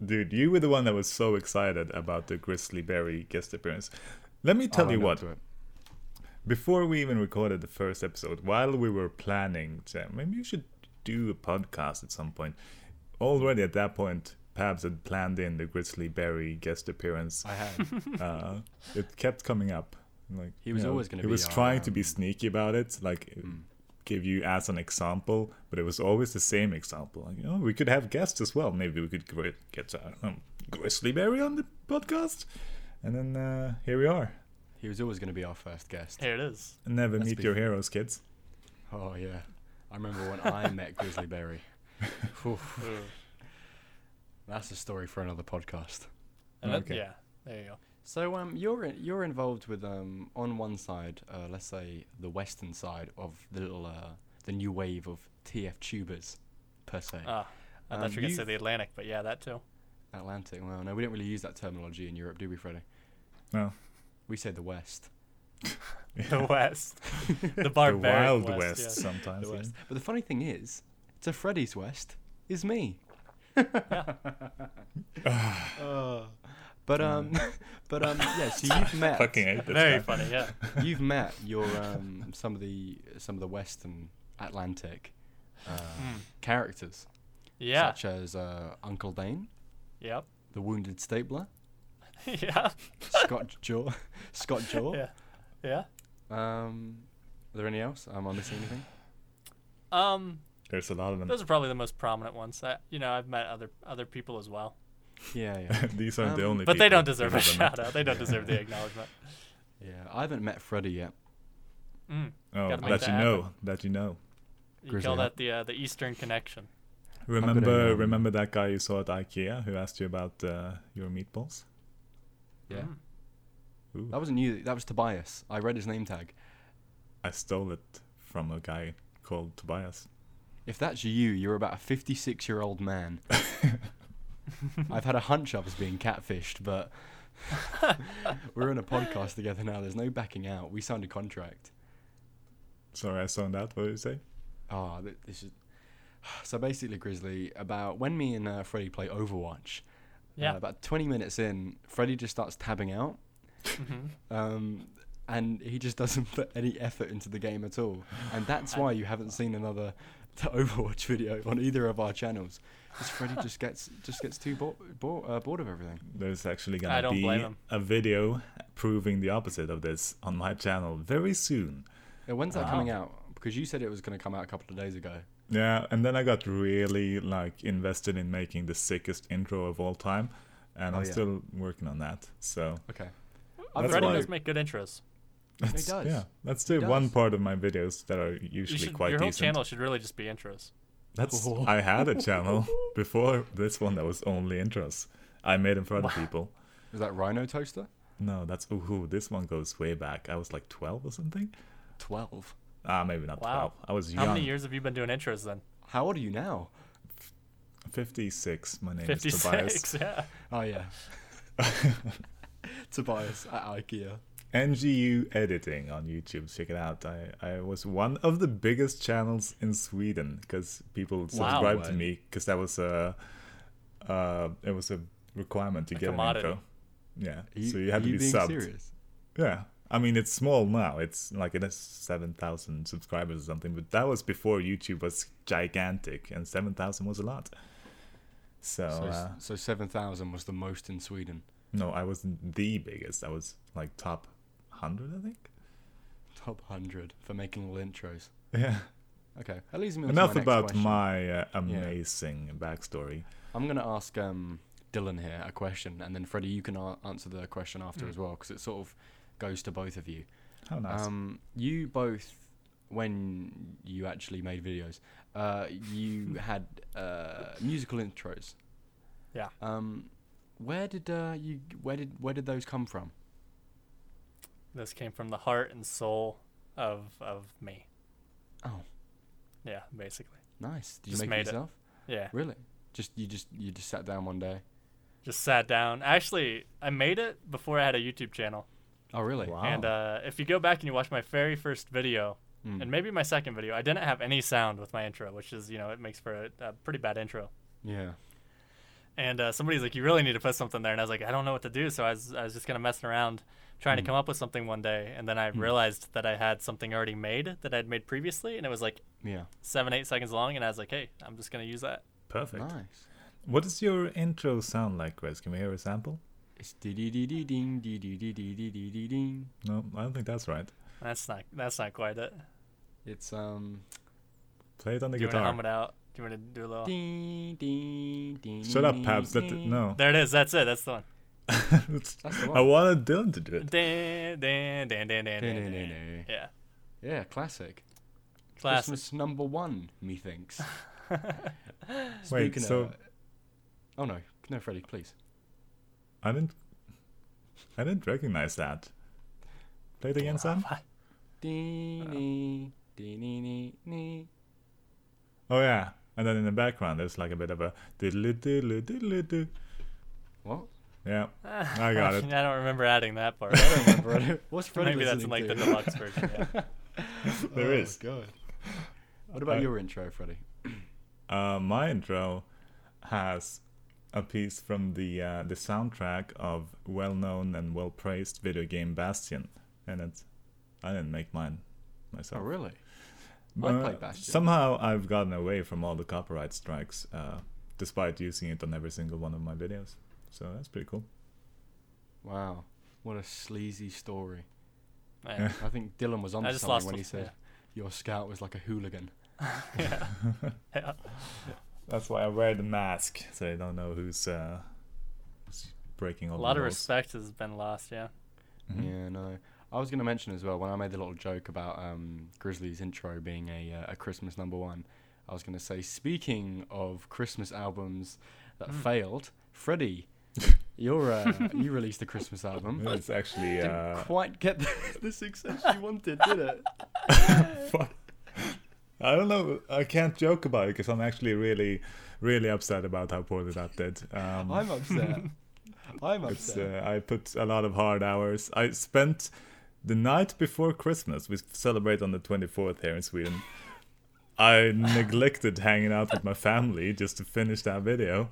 Speaker 1: Dude, you were the one that was so excited about the Grizzly Berry guest appearance. Let
Speaker 2: Oh,
Speaker 1: me tell
Speaker 3: I'll
Speaker 1: you
Speaker 3: own up
Speaker 1: what.
Speaker 3: to it.
Speaker 1: Before we even recorded the first episode, while we were planning, to, maybe you should do a podcast at some point. Already at that point, Pabs had planned in the Grizzly Berry guest appearance.
Speaker 3: I had. [LAUGHS]
Speaker 1: Uh, it kept coming up. Like
Speaker 3: He was
Speaker 1: you know,
Speaker 3: always gonna
Speaker 1: He
Speaker 3: be
Speaker 1: was
Speaker 3: our,
Speaker 1: trying to be
Speaker 3: um, Hmm.
Speaker 1: sneaky about it, like uh, give you as an example, but it was always the same example. Like, you know, we could have guests as well. Maybe we could gri- get uh, um, Grizzly Berry on the podcast, and then uh, here we are.
Speaker 3: He was always going to be our first guest.
Speaker 2: Here it is.
Speaker 1: Never
Speaker 3: That's
Speaker 1: meet
Speaker 3: big.
Speaker 1: your heroes, kids.
Speaker 3: Oh yeah, I remember when [LAUGHS] I met Grizzly Berry. Oof,
Speaker 2: Ooh.
Speaker 3: that's a story for another podcast.
Speaker 2: And that-
Speaker 1: Okay.
Speaker 2: yeah. There you go.
Speaker 3: So um, you're in, you're involved with um on one side, uh, let's say the western side of the little uh, the new wave of TF tubers, per se.
Speaker 1: Uh.
Speaker 2: Ah, I thought
Speaker 3: Um,
Speaker 2: you were gonna say
Speaker 3: you-
Speaker 2: the Atlantic, but yeah, that too.
Speaker 3: Atlantic. Well, no, we don't really use that terminology in Europe, do we, Freddie?
Speaker 1: No.
Speaker 3: We say the West.
Speaker 2: The West, the barbaric
Speaker 1: the Wild West,
Speaker 2: yes.
Speaker 1: sometimes.
Speaker 3: The
Speaker 1: yeah. [LAUGHS]
Speaker 3: West. But the funny thing is, to Freddie's West is
Speaker 1: [LAUGHS]
Speaker 3: me. [LAUGHS] Uh, But um, [LAUGHS] but um, yeah. So you've
Speaker 1: [LAUGHS]
Speaker 3: met
Speaker 1: Fucking hate this guy.
Speaker 2: Very funny.
Speaker 1: [LAUGHS]
Speaker 2: Yeah.
Speaker 3: [LAUGHS] you've met your um, some of the some of the Western Atlantic uh, characters,
Speaker 2: Hmm. Yeah.
Speaker 3: such as uh, Uncle Dane,
Speaker 2: Yep. [LAUGHS]
Speaker 3: the Wounded Stapler,
Speaker 2: yeah. [LAUGHS]
Speaker 3: Scott Jaw, Scott Jaw.
Speaker 2: Yeah. Yeah.
Speaker 3: Um, are there any else? Am I
Speaker 2: [LAUGHS]
Speaker 3: missing anything?
Speaker 2: Um,
Speaker 1: There's a lot of them.
Speaker 2: those are probably the most prominent ones. I, you know, I've met other other people as well,
Speaker 3: Yeah, yeah,
Speaker 1: [LAUGHS] These aren't the
Speaker 3: Um,
Speaker 1: only.
Speaker 2: but they
Speaker 1: people
Speaker 2: don't deserve a
Speaker 1: we've ever met.
Speaker 2: shout out. They don't deserve the acknowledgement.
Speaker 3: yeah. I haven't met Freddy yet.
Speaker 2: Mm.
Speaker 1: Oh,
Speaker 2: Gotta make
Speaker 1: that
Speaker 2: that
Speaker 1: you know. That you know.
Speaker 2: You
Speaker 3: Grizzly
Speaker 2: call
Speaker 3: Hut.
Speaker 2: that the uh, the Eastern Connection?
Speaker 1: Remember,
Speaker 3: um,
Speaker 1: remember that guy you saw at IKEA who asked you about uh, your meatballs.
Speaker 3: Yeah,
Speaker 2: Mm.
Speaker 1: Ooh,
Speaker 3: that wasn't you. That was Tobias. I read his name tag.
Speaker 1: I stole it from a guy called Tobias.
Speaker 3: If that's you, you're about a 56 year old man. I've had a hunch I was being catfished, but [LAUGHS] we're in a podcast together now. There's no backing out. We signed a contract.
Speaker 1: Sorry, I signed out. What did you say?
Speaker 3: Ah, th- this is. [SIGHS] So basically, Grizzly, about when me and uh, Freddy play Overwatch,
Speaker 2: Yeah.
Speaker 3: uh, about 20 minutes in, Freddy just starts tabbing out.
Speaker 2: Mm-hmm.
Speaker 1: [LAUGHS]
Speaker 3: Um, and he just doesn't put any effort into the game at all. And that's why you haven't seen another [LAUGHS] Overwatch video on either of our channels.
Speaker 1: [LAUGHS]
Speaker 3: Because Freddy just gets just gets too bo- bo- uh, bored of everything.
Speaker 1: There's actually
Speaker 2: I
Speaker 1: gonna
Speaker 2: don't blame
Speaker 1: be
Speaker 2: him.
Speaker 1: a video proving the opposite of this on my channel very soon.
Speaker 3: Uh, when's that
Speaker 2: Wow.
Speaker 3: coming out? Because you said it was going to come out a couple of days ago.
Speaker 1: Yeah, and then I got really like invested in making the sickest intro of all time, and
Speaker 3: Oh,
Speaker 1: I'm
Speaker 3: yeah.
Speaker 1: still working on that. So
Speaker 3: Okay.
Speaker 1: That's
Speaker 2: Freddie
Speaker 1: why-
Speaker 2: does make good intros.
Speaker 1: that's,
Speaker 3: does.
Speaker 1: yeah, that's the
Speaker 3: He
Speaker 1: one
Speaker 3: does.
Speaker 1: part of my videos that are
Speaker 2: You
Speaker 1: usually
Speaker 2: should,
Speaker 1: quite
Speaker 2: your whole
Speaker 1: decent.
Speaker 2: channel should really just be intros.
Speaker 1: That's
Speaker 3: Oh.
Speaker 1: I had a
Speaker 2: [LAUGHS]
Speaker 1: channel before this one that was only intros. I made them for other people.
Speaker 3: Is that Rhino Toaster?
Speaker 1: No, that's ooh, this one goes way back. I was like twelve or something.
Speaker 3: 12.
Speaker 1: Ah, maybe not
Speaker 2: Wow.
Speaker 1: twelve. I was young.
Speaker 2: How many years have you been doing intros then?
Speaker 3: How old are you now?
Speaker 1: Fifty-six. My name
Speaker 2: Fifty
Speaker 1: is Tobias.
Speaker 2: six. [LAUGHS] Yeah.
Speaker 3: Oh, yeah.
Speaker 1: [LAUGHS]
Speaker 3: Tobias at Ikea.
Speaker 1: NGU editing on YouTube. Check it out. I, I was one of the biggest channels in Sweden because people subscribed to
Speaker 3: Wow.
Speaker 1: me because that was a uh, it was a requirement to get
Speaker 2: commodity.
Speaker 1: an intro. Yeah,
Speaker 3: Are you,
Speaker 1: so you had
Speaker 3: are
Speaker 1: to
Speaker 3: you
Speaker 1: be
Speaker 3: being
Speaker 1: subbed.
Speaker 3: serious?
Speaker 1: Yeah. I mean, it's small now. It's like it has 7,000 subscribers or something, but that was before YouTube was gigantic and 7,000 was a lot. So,
Speaker 3: So, s-
Speaker 1: uh,
Speaker 3: so 7,000 was the most in Sweden.
Speaker 1: no, I wasn't the biggest. I was like top hundred, I think.
Speaker 3: Top 100 for making all intros.
Speaker 1: Yeah. [LAUGHS]
Speaker 3: Okay, that leads me on
Speaker 1: Enough
Speaker 3: to my next
Speaker 1: about
Speaker 3: question.
Speaker 1: my uh, amazing backstory.
Speaker 3: I'm going to ask um, Dylan here a question, and then Freddie, you can a- answer the question after
Speaker 2: Mm.
Speaker 3: as well, because it sort of goes to both of you.
Speaker 1: How nice.
Speaker 3: Um, you both, when you actually made videos, uh,
Speaker 1: [LAUGHS]
Speaker 3: you had uh, musical intros.
Speaker 2: Yeah.
Speaker 3: Um, where did uh, you where did where did those come from?
Speaker 2: This came from the heart and soul of of me.
Speaker 3: Oh,
Speaker 2: Yeah, basically.
Speaker 3: nice. Did you
Speaker 2: Just
Speaker 3: make
Speaker 2: made
Speaker 3: it
Speaker 2: it.
Speaker 3: yourself?
Speaker 2: Yeah.
Speaker 3: Really? Just you just you just sat down one day.
Speaker 2: Just sat down. Actually, I made it before I had a YouTube channel.
Speaker 3: Oh, really?
Speaker 1: Wow.
Speaker 2: And uh, if you go back and you watch my very first video,
Speaker 3: Mm.
Speaker 2: and maybe my second video, I didn't have any sound with my intro, which is, you know, it makes for a, a pretty bad intro.
Speaker 3: Yeah.
Speaker 2: And uh, somebody's like, you really need to put something there. And I was like, I don't know what to do. So I was, I was just kind of messing around trying
Speaker 3: Hmm.
Speaker 2: to come up with something one day. And then I realized that I had something already made that I'd made previously. And it was like
Speaker 3: Yeah.
Speaker 2: seven, eight seconds long. And I was like, hey, I'm just going to use that.
Speaker 1: Perfect.
Speaker 3: Nice.
Speaker 1: What does your intro sound like, Chris? Can we hear a sample?
Speaker 3: It's dee dee dee dee ding dee dee dee dee dee dee dee ding.
Speaker 1: No, I don't think that's right.
Speaker 2: That's not, that's not quite it.
Speaker 3: It's um
Speaker 1: Play it on the
Speaker 2: do you want to
Speaker 1: guitar.
Speaker 2: hum it out? Do you want to do a little?
Speaker 3: ding ding ding.
Speaker 1: Shut up,
Speaker 3: ding,
Speaker 1: Pabs. That
Speaker 3: ding.
Speaker 1: no. [LAUGHS]
Speaker 2: There it is. That's it. That's the one.
Speaker 1: It's-
Speaker 3: That's the
Speaker 1: I
Speaker 3: one.
Speaker 1: wanted Dylan to do it.
Speaker 2: Dan, dan, dan, dan, dan,
Speaker 3: Dun,
Speaker 2: dan,
Speaker 3: dun,
Speaker 2: dan.
Speaker 3: dun, dun.
Speaker 2: Yeah.
Speaker 3: Yeah, classic.
Speaker 2: Classic.
Speaker 3: Christmas number one,
Speaker 2: [LAUGHS]
Speaker 3: methinks.
Speaker 1: Wait,
Speaker 3: Speaking
Speaker 1: so
Speaker 3: of, oh no, no, Freddie, please.
Speaker 1: I didn't. I didn't recognize that. Play it again, Sam.
Speaker 3: Dee dee dee dee dee dee.
Speaker 1: Oh yeah, and then in the background there's like a bit of a diddly diddly diddly do.
Speaker 3: What?
Speaker 1: Yeah, I got it.
Speaker 2: I don't remember adding
Speaker 1: [LAUGHS]
Speaker 2: that part.
Speaker 3: I don't
Speaker 2: [LAUGHS]
Speaker 3: remember. it. What's Freddie
Speaker 2: Maybe that's in like
Speaker 3: listening
Speaker 2: the
Speaker 3: to? Oh,
Speaker 2: deluxe version. Yeah.
Speaker 1: [LAUGHS] There is.
Speaker 3: God. What about
Speaker 1: Uh,
Speaker 3: your intro, Freddie?
Speaker 1: Uh, my intro has a piece from the uh, the soundtrack of well-known and well-praised video game Bastion, and it's I didn't make mine
Speaker 3: Oh
Speaker 1: myself.
Speaker 3: really? I
Speaker 1: Uh,
Speaker 3: played Bastion.
Speaker 1: Somehow I've gotten away from all the copyright strikes, uh, despite using it on every single one of my videos. So that's pretty cool.
Speaker 3: Wow, what a sleazy story.
Speaker 2: Man.
Speaker 3: I think Dylan was on
Speaker 2: I
Speaker 3: to
Speaker 2: just
Speaker 3: something
Speaker 2: lost
Speaker 3: when
Speaker 2: my-
Speaker 3: he said
Speaker 2: yeah.
Speaker 3: your scout was like a hooligan.
Speaker 2: yeah. yeah.
Speaker 1: That's why I wear the mask, so I don't know who's uh, who's breaking all
Speaker 2: A
Speaker 1: the
Speaker 2: lot of
Speaker 1: rules.
Speaker 2: respect has been lost. Yeah.
Speaker 1: Mm-hmm.
Speaker 3: Yeah, no. I was going to mention as well when I made the little joke about um, Grizzly's intro being a uh, a Christmas number one. I was going to say, speaking of Christmas albums that failed, Freddie,
Speaker 1: [LAUGHS]
Speaker 3: you're uh, you released a Christmas album.
Speaker 1: It's
Speaker 2: [LAUGHS]
Speaker 1: actually
Speaker 3: Didn't
Speaker 1: uh,
Speaker 3: quite get the, [LAUGHS] the success you wanted, did
Speaker 1: [LAUGHS]
Speaker 3: it?
Speaker 1: Fuck. I don't know. I can't joke about it because I'm actually really, really upset about how poorly that did. Um,
Speaker 3: I'm upset. I'm
Speaker 1: it's,
Speaker 3: upset.
Speaker 1: uh, I put a lot of hard hours. I spent the night before Christmas. We celebrate on the 24th here in Sweden. I neglected hanging out with my family just to finish that video,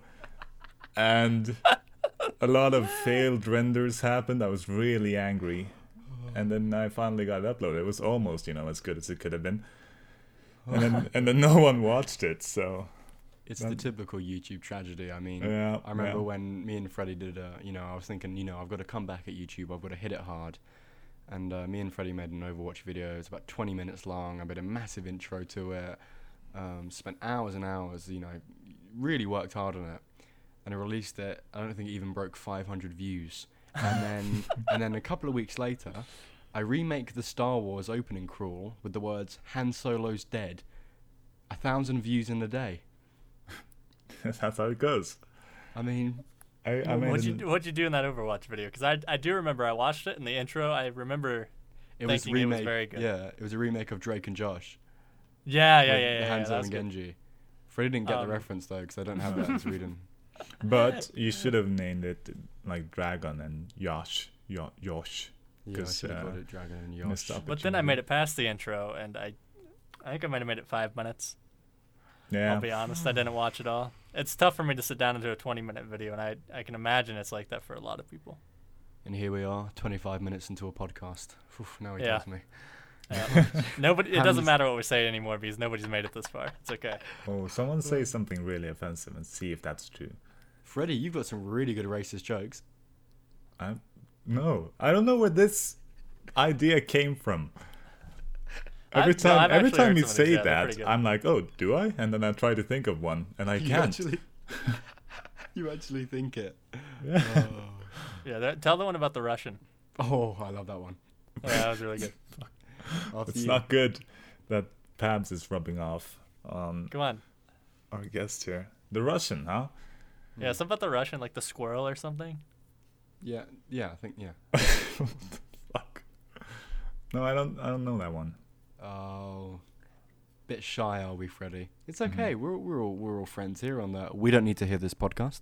Speaker 1: and a lot of failed renders happened. I was really angry, and then I finally got it uploaded. It was almost, you know, as good as it could have been, and then and then no one watched it. So [LAUGHS]
Speaker 3: It's the typical YouTube tragedy. I mean,
Speaker 1: Yeah,
Speaker 3: I remember
Speaker 1: yeah.
Speaker 3: when me and Freddie did a, you know, I was thinking, you know, I've got to come back at YouTube, I've got to hit it hard. And uh, me and Freddie made an Overwatch video. It was about 20 minutes long. I made a massive intro to it. Um, spent hours and hours, you know, really worked hard on it. And I released it. I don't think it even broke 500 views.
Speaker 1: [LAUGHS]
Speaker 3: And then, and then a couple of weeks later, I remake the Star Wars opening crawl with the words "Han Solo's dead." A thousand views in a day.
Speaker 1: that's how it goes.
Speaker 3: I mean,
Speaker 1: I, I made
Speaker 2: What'd you
Speaker 1: an-
Speaker 2: do- What'd you do in that Overwatch video? Because I I do remember I watched it in the intro. I remember.
Speaker 3: it was
Speaker 2: Thinking it was
Speaker 3: remake.
Speaker 2: very good.
Speaker 3: Yeah, it was a remake of Drake and Josh.
Speaker 2: Yeah, yeah,
Speaker 3: with
Speaker 2: yeah, yeah. yeah,
Speaker 3: Hanzo
Speaker 2: that was
Speaker 3: and
Speaker 2: good.
Speaker 3: Genji. Freddie didn't get
Speaker 2: Um,
Speaker 3: the reference though, because I don't have that in Sweden.
Speaker 2: [LAUGHS]
Speaker 1: But you should have named it like Dragon and Yosh, Yo- Yosh.
Speaker 3: Yeah, I
Speaker 1: 'Cause,
Speaker 3: should have
Speaker 1: uh,
Speaker 3: got it Dragon and
Speaker 1: missed
Speaker 3: Josh.
Speaker 1: up.
Speaker 2: But then I made it past the intro, and I, I think I might have made it five minutes.
Speaker 1: Yeah,
Speaker 2: I'll be honest, I didn't watch it all. It's tough for me to sit down and do a 20 minute video, and I, I can imagine it's like that for a lot of
Speaker 1: [LAUGHS]
Speaker 2: people.
Speaker 3: And here we are, 25 minutes into a podcast. Oof, now he
Speaker 2: Yeah.
Speaker 3: tells me.
Speaker 2: Yeah. Nobody, it doesn't
Speaker 3: Hands-
Speaker 2: matter what we say anymore because nobody's made it this far. It's okay.
Speaker 1: Oh, someone
Speaker 2: Hmm.
Speaker 1: say something really offensive and see if that's true.
Speaker 3: Freddie, you've got some really good racist jokes.
Speaker 1: I no, I don't know where this idea came from? Every
Speaker 2: I've- no, I've
Speaker 1: time, every
Speaker 2: actually
Speaker 1: time
Speaker 2: heard
Speaker 1: you
Speaker 2: some of these,
Speaker 1: say
Speaker 2: yeah, they're pretty
Speaker 1: that,
Speaker 2: good.
Speaker 1: I'm like, oh, do I? And then I try to think of one, and
Speaker 2: [LAUGHS]
Speaker 1: I
Speaker 3: You
Speaker 1: can't.
Speaker 3: actually, [LAUGHS] you actually
Speaker 1: [LAUGHS]
Speaker 3: think it.
Speaker 1: Yeah.
Speaker 2: Yeah, that, tell the one about the Russian.
Speaker 3: Oh, I love that one.
Speaker 2: Oh, that
Speaker 1: [LAUGHS]
Speaker 2: was really good.
Speaker 3: After
Speaker 1: it's
Speaker 3: you-
Speaker 1: not good that Pabs is rubbing off on
Speaker 2: Come on.
Speaker 1: our guest here. The Russian, huh? [LAUGHS] Hmm.
Speaker 2: Yeah, something about the Russian, like the squirrel or something.
Speaker 3: Yeah, yeah, I think yeah.
Speaker 1: Fuck. No, I don't. I don't know that one.
Speaker 3: Oh, bit shy are we, Freddie? It's
Speaker 2: Mm-hmm.
Speaker 3: okay. We're we're all we're all friends here on the. We don't need to hear this podcast.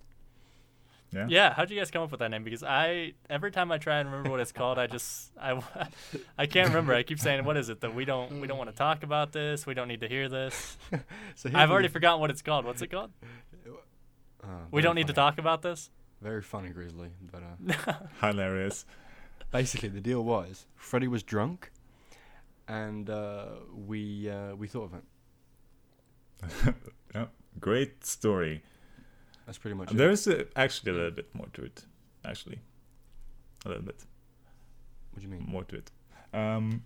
Speaker 1: Yeah.
Speaker 2: Yeah, how'd you guys come up with that name? Because I, every time I try and remember what it's called, I just, I, [LAUGHS] I can't remember. I keep saying, what is it that we don't, we don't want to talk about this. We don't need to hear this.
Speaker 3: So here's
Speaker 2: I've
Speaker 3: the-
Speaker 2: already forgotten what it's called. What's it called?
Speaker 3: Oh,
Speaker 2: We
Speaker 3: very
Speaker 2: don't need to
Speaker 3: funny.
Speaker 2: talk about this.
Speaker 3: Very funny, Grizzly. But uh,
Speaker 2: [LAUGHS]
Speaker 1: Hilarious.
Speaker 3: basically the deal was Freddie was drunk, and uh, we uh, we thought of it.
Speaker 1: Yeah. Great story.
Speaker 3: That's pretty much it.
Speaker 1: There's a, actually a little bit more to it. Actually, a little bit
Speaker 3: What do you mean?
Speaker 1: more to it. Um,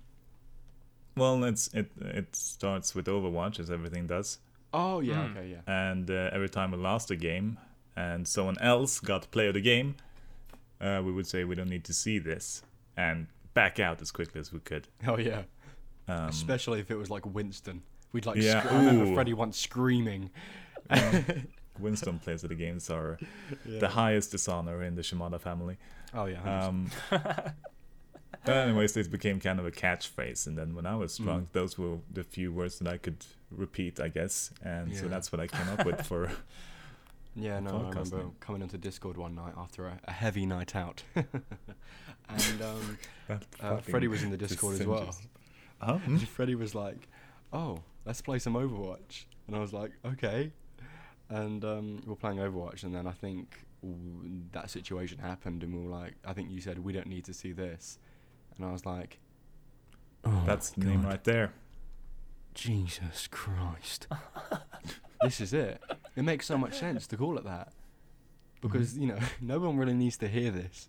Speaker 1: well, it's it it starts with Overwatch as everything does,
Speaker 3: Oh yeah,
Speaker 2: Mm.
Speaker 3: okay, yeah.
Speaker 1: and uh, every time we lost a game and someone else got play of the game, uh, we would say we don't need to see this and back out as quickly as we could.
Speaker 3: Oh yeah.
Speaker 1: Um,
Speaker 3: Especially if it was like Winston, we'd like.
Speaker 1: Yeah,
Speaker 3: scr- I remember
Speaker 1: ooh.
Speaker 3: Freddie once screaming.
Speaker 1: Winston plays of the games are
Speaker 3: Yeah.
Speaker 1: the highest dishonor in the Shimada family.
Speaker 3: Oh yeah. 100%. [LAUGHS]
Speaker 1: Um, but anyways, this became kind of a catchphrase, and then when I
Speaker 3: Mm.
Speaker 1: was drunk, those were the few words that I could repeat, I guess, and so
Speaker 3: Yeah.
Speaker 1: that's what I came up with
Speaker 3: [LAUGHS]
Speaker 1: for.
Speaker 3: Yeah, no, I
Speaker 1: podcast
Speaker 3: remember
Speaker 1: name.
Speaker 3: coming onto Discord one night after a, a heavy night out, [LAUGHS] and um,
Speaker 1: That
Speaker 3: uh,
Speaker 1: fucking
Speaker 3: Freddie was in the Discord as well. [LAUGHS]
Speaker 1: dissenters. Huh? Hmm?
Speaker 3: And Freddie was like, "Oh, let's play some Overwatch," and I was like, "Okay." And um, we we're playing Overwatch, and then I think w- that situation happened, and we were like, "I think you said we don't need to see this," and I was like, "Oh,
Speaker 1: That's the name
Speaker 3: God,
Speaker 1: right there.
Speaker 3: Jesus
Speaker 1: [LAUGHS]
Speaker 3: Christ, this is it. It makes so much sense to call it that." Because
Speaker 1: Mm-hmm.
Speaker 3: you know, [LAUGHS] no one really needs to hear this.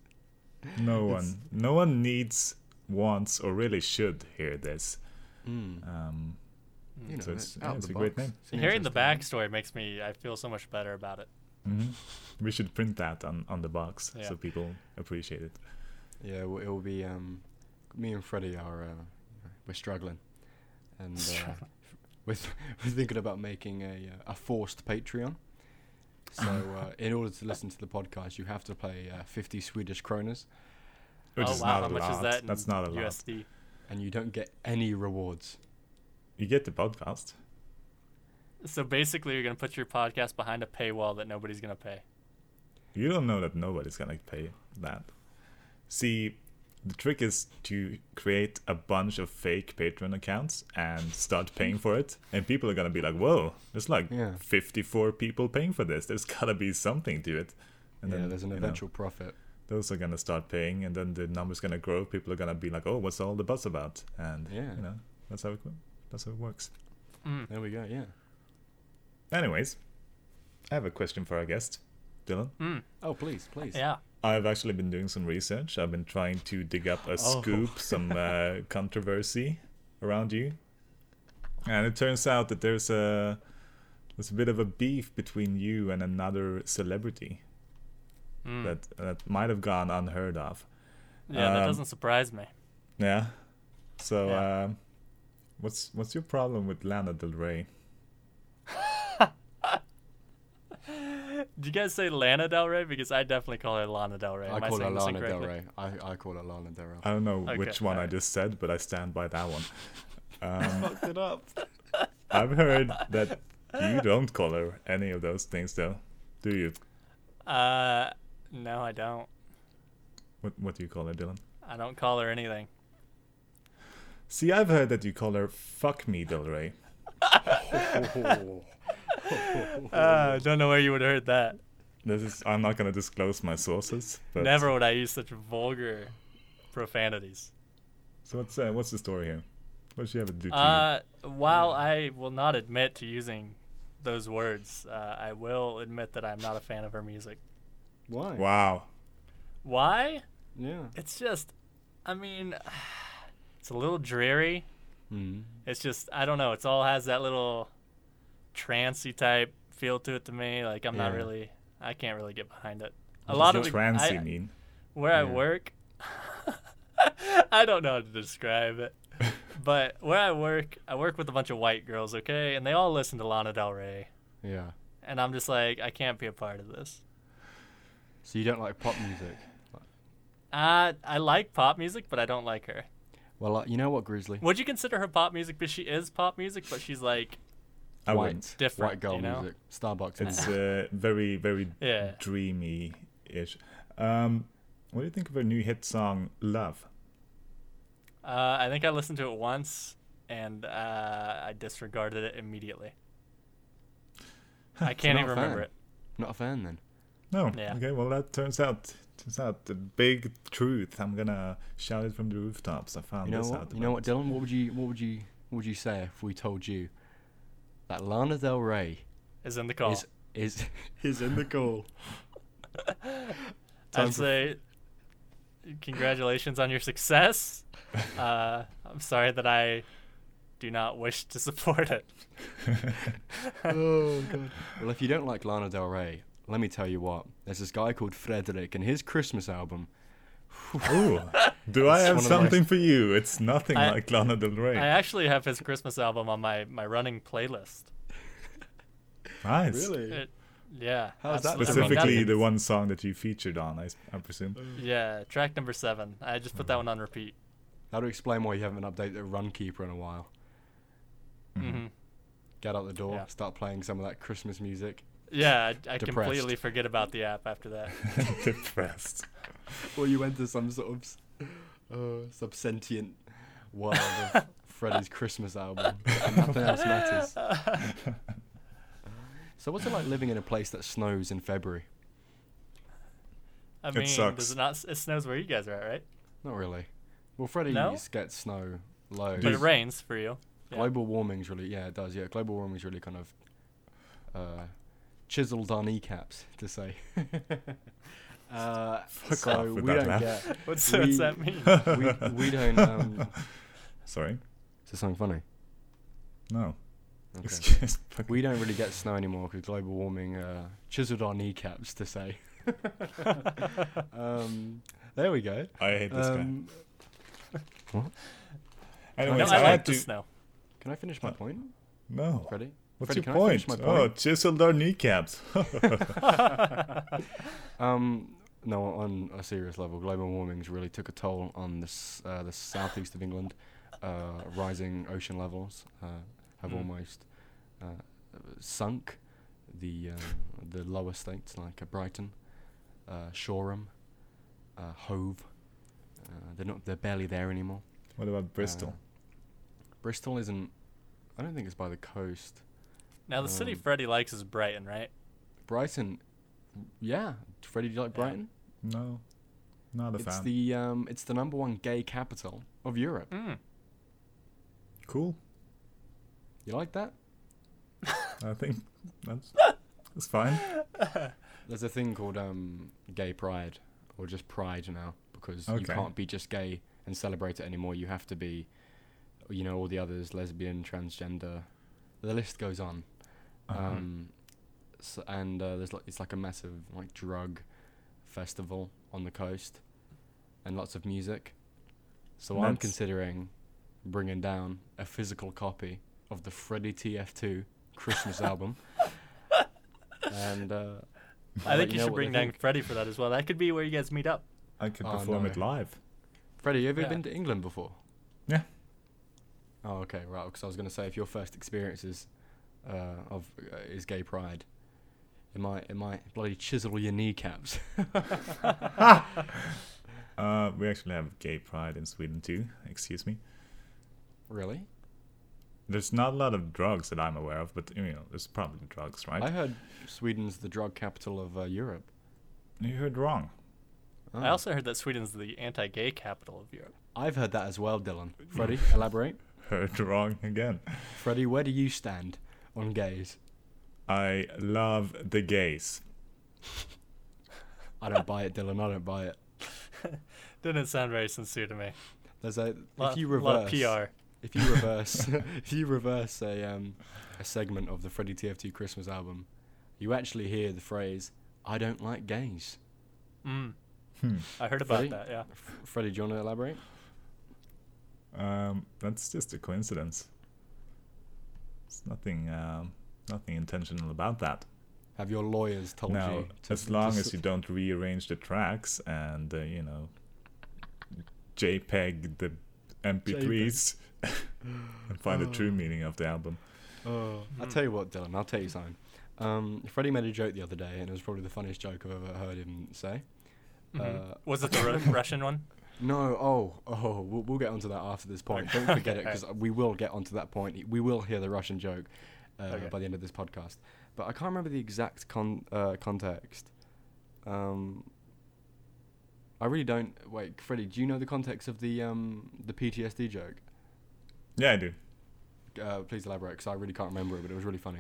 Speaker 1: No
Speaker 3: It's-
Speaker 1: one, no one needs, wants, or really should hear this.
Speaker 3: Mm.
Speaker 1: Um,
Speaker 3: You know,
Speaker 1: So it's-
Speaker 3: it's,
Speaker 1: yeah,
Speaker 3: out of
Speaker 1: it's
Speaker 3: the
Speaker 1: a great
Speaker 3: box.
Speaker 1: name.
Speaker 3: It's
Speaker 2: Hmm. Hearing the
Speaker 3: interesting.
Speaker 2: backstory makes me, I feel so much better about it.
Speaker 1: mhm. We should print that on, on the box
Speaker 2: Yeah.
Speaker 1: so people appreciate it.
Speaker 3: Yeah, well, it'll be um, me and Freddie are uh, we're struggling, and
Speaker 2: [LAUGHS]
Speaker 3: uh,
Speaker 2: Struggling.
Speaker 3: [LAUGHS] we're, th- we're thinking about making a uh, a forced Patreon.
Speaker 2: [LAUGHS]
Speaker 3: So uh, in order to listen to the podcast, you have to pay uh, fifty Swedish kroners,
Speaker 1: [LAUGHS] Which
Speaker 2: oh
Speaker 1: is
Speaker 2: wow,
Speaker 1: not
Speaker 2: how
Speaker 1: a
Speaker 2: much
Speaker 1: lot.
Speaker 2: is that? in
Speaker 1: That's not a lot.
Speaker 2: USD.
Speaker 3: and you don't get any rewards.
Speaker 1: You get the podcast.
Speaker 2: So basically, you're gonna put your podcast behind a paywall that nobody's gonna pay.
Speaker 1: You don't know that nobody's gonna pay that. See, the trick is to create a bunch of fake Patreon accounts and start paying for it, and people are gonna be like, "Whoa, there's like
Speaker 3: Yeah.
Speaker 1: 54 people paying for this. There's gotta be something to it." And
Speaker 3: yeah, there's an
Speaker 1: you know,
Speaker 3: eventual profit.
Speaker 1: those are gonna start paying, and then the number's gonna grow. People are gonna be like, "Oh, what's all the buzz about?" And
Speaker 3: Yeah.
Speaker 1: you know, that's how it go- that's how it works.
Speaker 3: There we go. Yeah.
Speaker 1: Anyways, I have a question for our guest, Dylan.
Speaker 3: Oh please, please.
Speaker 2: Yeah.
Speaker 1: I've actually been doing some research. I've been trying to dig up
Speaker 2: Oh.
Speaker 1: a scoop,
Speaker 2: [LAUGHS]
Speaker 1: some uh, controversy around you, and it turns out that there's a there's a bit of a beef between you and another celebrity
Speaker 2: Mm.
Speaker 1: that that might have gone unheard of.
Speaker 2: yeah, that
Speaker 1: um,
Speaker 2: doesn't surprise me.
Speaker 1: Yeah. So,
Speaker 2: Yeah.
Speaker 1: um what's what's your problem with Lana Del Rey?
Speaker 2: Do you guys say Lana Del Rey? Because I definitely call her Lana Del Rey.
Speaker 3: I
Speaker 2: Am I
Speaker 3: call her
Speaker 2: saying this
Speaker 3: Lana Del
Speaker 2: incorrectly?
Speaker 3: Rey. I, I call her Lana Del Rey.
Speaker 1: I don't know
Speaker 2: Okay,
Speaker 1: which one I
Speaker 2: alright.
Speaker 1: just said, but I stand by that
Speaker 2: [LAUGHS]
Speaker 1: one. Um,
Speaker 3: fucked it up.
Speaker 1: I've heard that you don't call her any of those things, though, do you?
Speaker 2: Uh, no, I don't.
Speaker 1: What what do you call her, Dylan?
Speaker 2: I don't call her anything.
Speaker 1: See, I've heard that you call her "fuck me, Del Rey."
Speaker 2: Uh, don't know where you would have heard that.
Speaker 1: This is I'm not gonna disclose my sources. But
Speaker 2: Never would I use such vulgar profanities.
Speaker 1: So what's uh, what's the story here? What did she ever do to
Speaker 2: Uh, while I will not admit to using those words, uh, I will admit that I'm not a fan of her music.
Speaker 3: [LAUGHS] Why?
Speaker 1: you? Wow.
Speaker 2: Why?
Speaker 3: Yeah.
Speaker 2: It's just I mean, [SIGHS] it's a little dreary.
Speaker 3: Mm.
Speaker 2: It's just I don't know. It's all has that little trancy type feel to it to me. Like I'm not
Speaker 3: Yeah.
Speaker 2: really, I can't really get behind it. A
Speaker 3: What
Speaker 2: lot of
Speaker 1: What
Speaker 2: the,
Speaker 1: trans
Speaker 2: I-
Speaker 1: you mean?
Speaker 2: where I
Speaker 3: Yeah.
Speaker 2: work, [LAUGHS] I don't know how to describe it, but where I work, I work with a bunch of white girls, okay, and they all listen to Lana Del Rey,
Speaker 3: [LAUGHS] Yeah.
Speaker 2: and I'm just like, I can't be a part of this.
Speaker 3: So you don't like pop music?
Speaker 2: I I like pop music, but I don't like her.
Speaker 3: Well, uh, you know what, Grizzly?
Speaker 2: Would you consider her pop music? Because she is pop music, but she's like,
Speaker 1: I
Speaker 3: white,
Speaker 1: wouldn't.
Speaker 2: different,
Speaker 3: white girl
Speaker 2: you know?
Speaker 3: music, Starbucks.
Speaker 1: It's
Speaker 3: music.
Speaker 1: uh, very, very
Speaker 2: Yeah.
Speaker 1: dreamy ish. Um, what do you think of her new hit song, Love?
Speaker 2: uh, I think I listened to it once, and uh, I disregarded it immediately. I can't
Speaker 3: not
Speaker 2: even
Speaker 3: a fan.
Speaker 2: remember it.
Speaker 3: Not a fan then.
Speaker 1: No.
Speaker 2: Yeah.
Speaker 1: Okay, well, that turns out turns out the big truth. I'm going to shout it from the rooftops. I found
Speaker 3: You know
Speaker 1: this
Speaker 3: what?
Speaker 1: out.
Speaker 3: You know what,
Speaker 1: about-
Speaker 3: Dylan? What would you what would you what would you say if we told you that Lana Del Rey
Speaker 2: Is in the call.
Speaker 3: is is is in the call? time
Speaker 2: I'd
Speaker 3: for-
Speaker 2: say congratulations on your
Speaker 3: [LAUGHS]
Speaker 2: success. Uh, I'm sorry that I do not wish to support it.
Speaker 3: oh god. Well, if you don't like Lana Del Rey, let me tell you what. There's this guy called Frederick, and his Christmas album.
Speaker 1: [LAUGHS] Ooh, do I
Speaker 3: It's
Speaker 1: have
Speaker 3: one of my-
Speaker 1: something for you? It's nothing
Speaker 2: I-
Speaker 1: like Lana Del Rey.
Speaker 2: I actually have his Christmas album on my, my running playlist.
Speaker 1: nice.
Speaker 2: It, yeah.
Speaker 3: How's that
Speaker 2: absolutely.
Speaker 1: Specifically,
Speaker 2: I've got
Speaker 1: the one song that you featured on, I, s- I presume.
Speaker 2: it. Yeah, track number seven. I just put that
Speaker 3: Mm-hmm.
Speaker 2: one on repeat.
Speaker 3: That'll explain why you haven't updated the Runkeeper in a while. Mm-hmm.
Speaker 2: hmm
Speaker 3: Get out the door,
Speaker 2: Yeah.
Speaker 3: start playing some of that Christmas music.
Speaker 2: Yeah, I, I
Speaker 3: Depressed.
Speaker 2: completely forget about the app after that.
Speaker 1: [LAUGHS]
Speaker 3: Mm-hmm.
Speaker 1: Depressed.
Speaker 3: or you enter some sort of s- uh, subsentient world
Speaker 2: [LAUGHS]
Speaker 3: of Freddy's Christmas album. And nothing else matters. So what's it like living in a place that snows in February?
Speaker 2: I mean,
Speaker 1: sucks.
Speaker 2: does it not? It snows where you guys are at, right?
Speaker 3: Not really. Well, Freddy's
Speaker 2: No?
Speaker 3: gets snow loads.
Speaker 2: But it rains for you. yeah.
Speaker 3: Global warming's really yeah it does yeah global warming's really kind of uh, chiseled our kneecaps to say. [LAUGHS] uh,
Speaker 1: Fuck
Speaker 3: so
Speaker 1: off with
Speaker 3: we
Speaker 1: that
Speaker 3: don't
Speaker 1: laugh.
Speaker 3: [LAUGHS] get
Speaker 2: [LAUGHS] What's,
Speaker 3: We-
Speaker 2: what's that
Speaker 3: [LAUGHS]
Speaker 2: mean?
Speaker 3: we, we don't. Um,
Speaker 1: Sorry.
Speaker 3: is there something funny?
Speaker 1: No.
Speaker 3: Okay.
Speaker 1: Excuse
Speaker 3: We don't really get snow anymore because global warming uh, chiseled our kneecaps to [LAUGHS] say. um, there we go.
Speaker 1: I hate this
Speaker 3: [LAUGHS] Um,
Speaker 1: guy.
Speaker 2: No,
Speaker 1: Anyways,
Speaker 2: I
Speaker 1: I
Speaker 2: like
Speaker 1: had
Speaker 2: the
Speaker 1: to.
Speaker 3: [LAUGHS]
Speaker 2: snow. [LAUGHS]
Speaker 3: can I finish my point,
Speaker 1: No.
Speaker 3: Freddie?
Speaker 1: What's
Speaker 3: Freddie,
Speaker 1: your
Speaker 3: can I finish
Speaker 1: point?
Speaker 3: my
Speaker 1: Oh,
Speaker 3: Uh, point?
Speaker 1: chiseled our kneecaps. [LAUGHS]
Speaker 3: Um, no, on a serious level, global warming's really took a toll on this, uh, the southeast of England. Uh, rising ocean levels uh, have
Speaker 2: Mm.
Speaker 3: almost uh, sunk the uh, the lower states like uh, Brighton, uh, Shoreham, uh, Hove. Uh, they're not. They're barely there anymore. Uh,
Speaker 1: what about Bristol?
Speaker 3: Bristol isn't. I don't think it's by the coast.
Speaker 2: Now the city
Speaker 3: Um,
Speaker 2: Freddy likes is Brighton, right?
Speaker 3: Brighton. Yeah, Freddie, do you like
Speaker 2: Yeah.
Speaker 3: Brighton?
Speaker 1: No. Not a
Speaker 3: It's
Speaker 1: fan.
Speaker 3: the um, it's the number one gay capital of Europe.
Speaker 2: Mm.
Speaker 1: Cool.
Speaker 3: You like that?
Speaker 1: I think that's, that's [LAUGHS] fine.
Speaker 3: There's a thing called um, gay pride, or just pride now, because you
Speaker 1: Okay.
Speaker 3: can't be just gay and celebrate it anymore. You have to be, you know, all the others, lesbian, transgender. The list goes on.
Speaker 1: Uh-huh.
Speaker 3: Um, s and uh, there's like it's like a massive like drug festival on the coast, and lots of music. So I'm
Speaker 1: Nuts.
Speaker 3: considering bringing down a physical copy of the Freddy TF2 Christmas album. And uh,
Speaker 2: I think you should
Speaker 3: know what they
Speaker 2: bring down
Speaker 3: think.
Speaker 2: Freddy for that as well. That could be where you guys meet
Speaker 3: [LAUGHS]
Speaker 2: up. [LAUGHS]
Speaker 1: I could
Speaker 3: Oh,
Speaker 1: perform
Speaker 3: no.
Speaker 1: it [LAUGHS] live.
Speaker 3: Freddie, have you
Speaker 2: Yeah.
Speaker 3: been to England before?
Speaker 1: Yeah.
Speaker 3: Oh, okay, right. Because I was going to say, if your first experience is uh, of uh, is gay pride, it might it might bloody chisel your kneecaps. [LAUGHS]
Speaker 1: Uh, we actually have gay pride in Sweden too. Excuse me.
Speaker 3: really?
Speaker 1: There's not a lot of drugs that I'm aware of, but you know, there's probably drugs, right?
Speaker 3: I heard Sweden's the drug capital of uh, Europe. Ah,
Speaker 1: You heard wrong. [LAUGHS]
Speaker 2: I also heard that Sweden's the anti-gay capital of Europe.
Speaker 3: I've heard that as
Speaker 2: [LAUGHS]
Speaker 3: well, Dylan. Freddie, elaborate.
Speaker 1: Heard wrong again.
Speaker 3: Freddie, where do you stand on gays?
Speaker 1: I love the gays.
Speaker 3: I don't buy it, Dylan. I don't buy it.
Speaker 2: Didn't sound very sincere to me.
Speaker 3: There's a
Speaker 2: Lot,
Speaker 3: if you
Speaker 2: lot of
Speaker 3: reverse
Speaker 2: PR.
Speaker 3: if you reverse [LAUGHS] if you reverse a um a segment of the Freddie TFT Christmas album, you actually hear the phrase "I don't like gays."
Speaker 2: Mm,
Speaker 1: Hmm.
Speaker 2: I heard about
Speaker 3: Really?
Speaker 2: that. Yeah.
Speaker 3: F- Freddie, do you want to elaborate?
Speaker 1: Um, that's just a coincidence. There's nothing, um, nothing intentional about that.
Speaker 3: Have your lawyers told
Speaker 1: Now,
Speaker 3: you? to-
Speaker 1: as
Speaker 3: to
Speaker 1: long
Speaker 3: s-
Speaker 1: as you don't rearrange the tracks and uh, you know, JPEG the MP3s [LAUGHS] and find the true meaning of the album.
Speaker 3: Oh, I'll
Speaker 2: Mm.
Speaker 3: tell you what, Dylan. I'll tell you something. Um, Freddie made a joke the other day, and it was probably the funniest joke I've ever heard him say.
Speaker 2: Mhm.
Speaker 3: Uh,
Speaker 2: was it the
Speaker 3: [LAUGHS]
Speaker 2: Ru- Russian one?
Speaker 3: No, oh, oh, we'll, we'll get onto that after this point.
Speaker 2: Okay.
Speaker 3: Don't forget it
Speaker 2: Okay.
Speaker 3: because we will get onto that point. We will hear the Russian joke uh,
Speaker 2: Okay.
Speaker 3: by the end of this podcast. But I can't remember the exact con- uh, context. Um, I really don't. Wait, Freddie, do you know the context of the um, the PTSD joke?
Speaker 1: Yeah, I do.
Speaker 3: Uh, please elaborate because I really can't remember it, but it was really funny.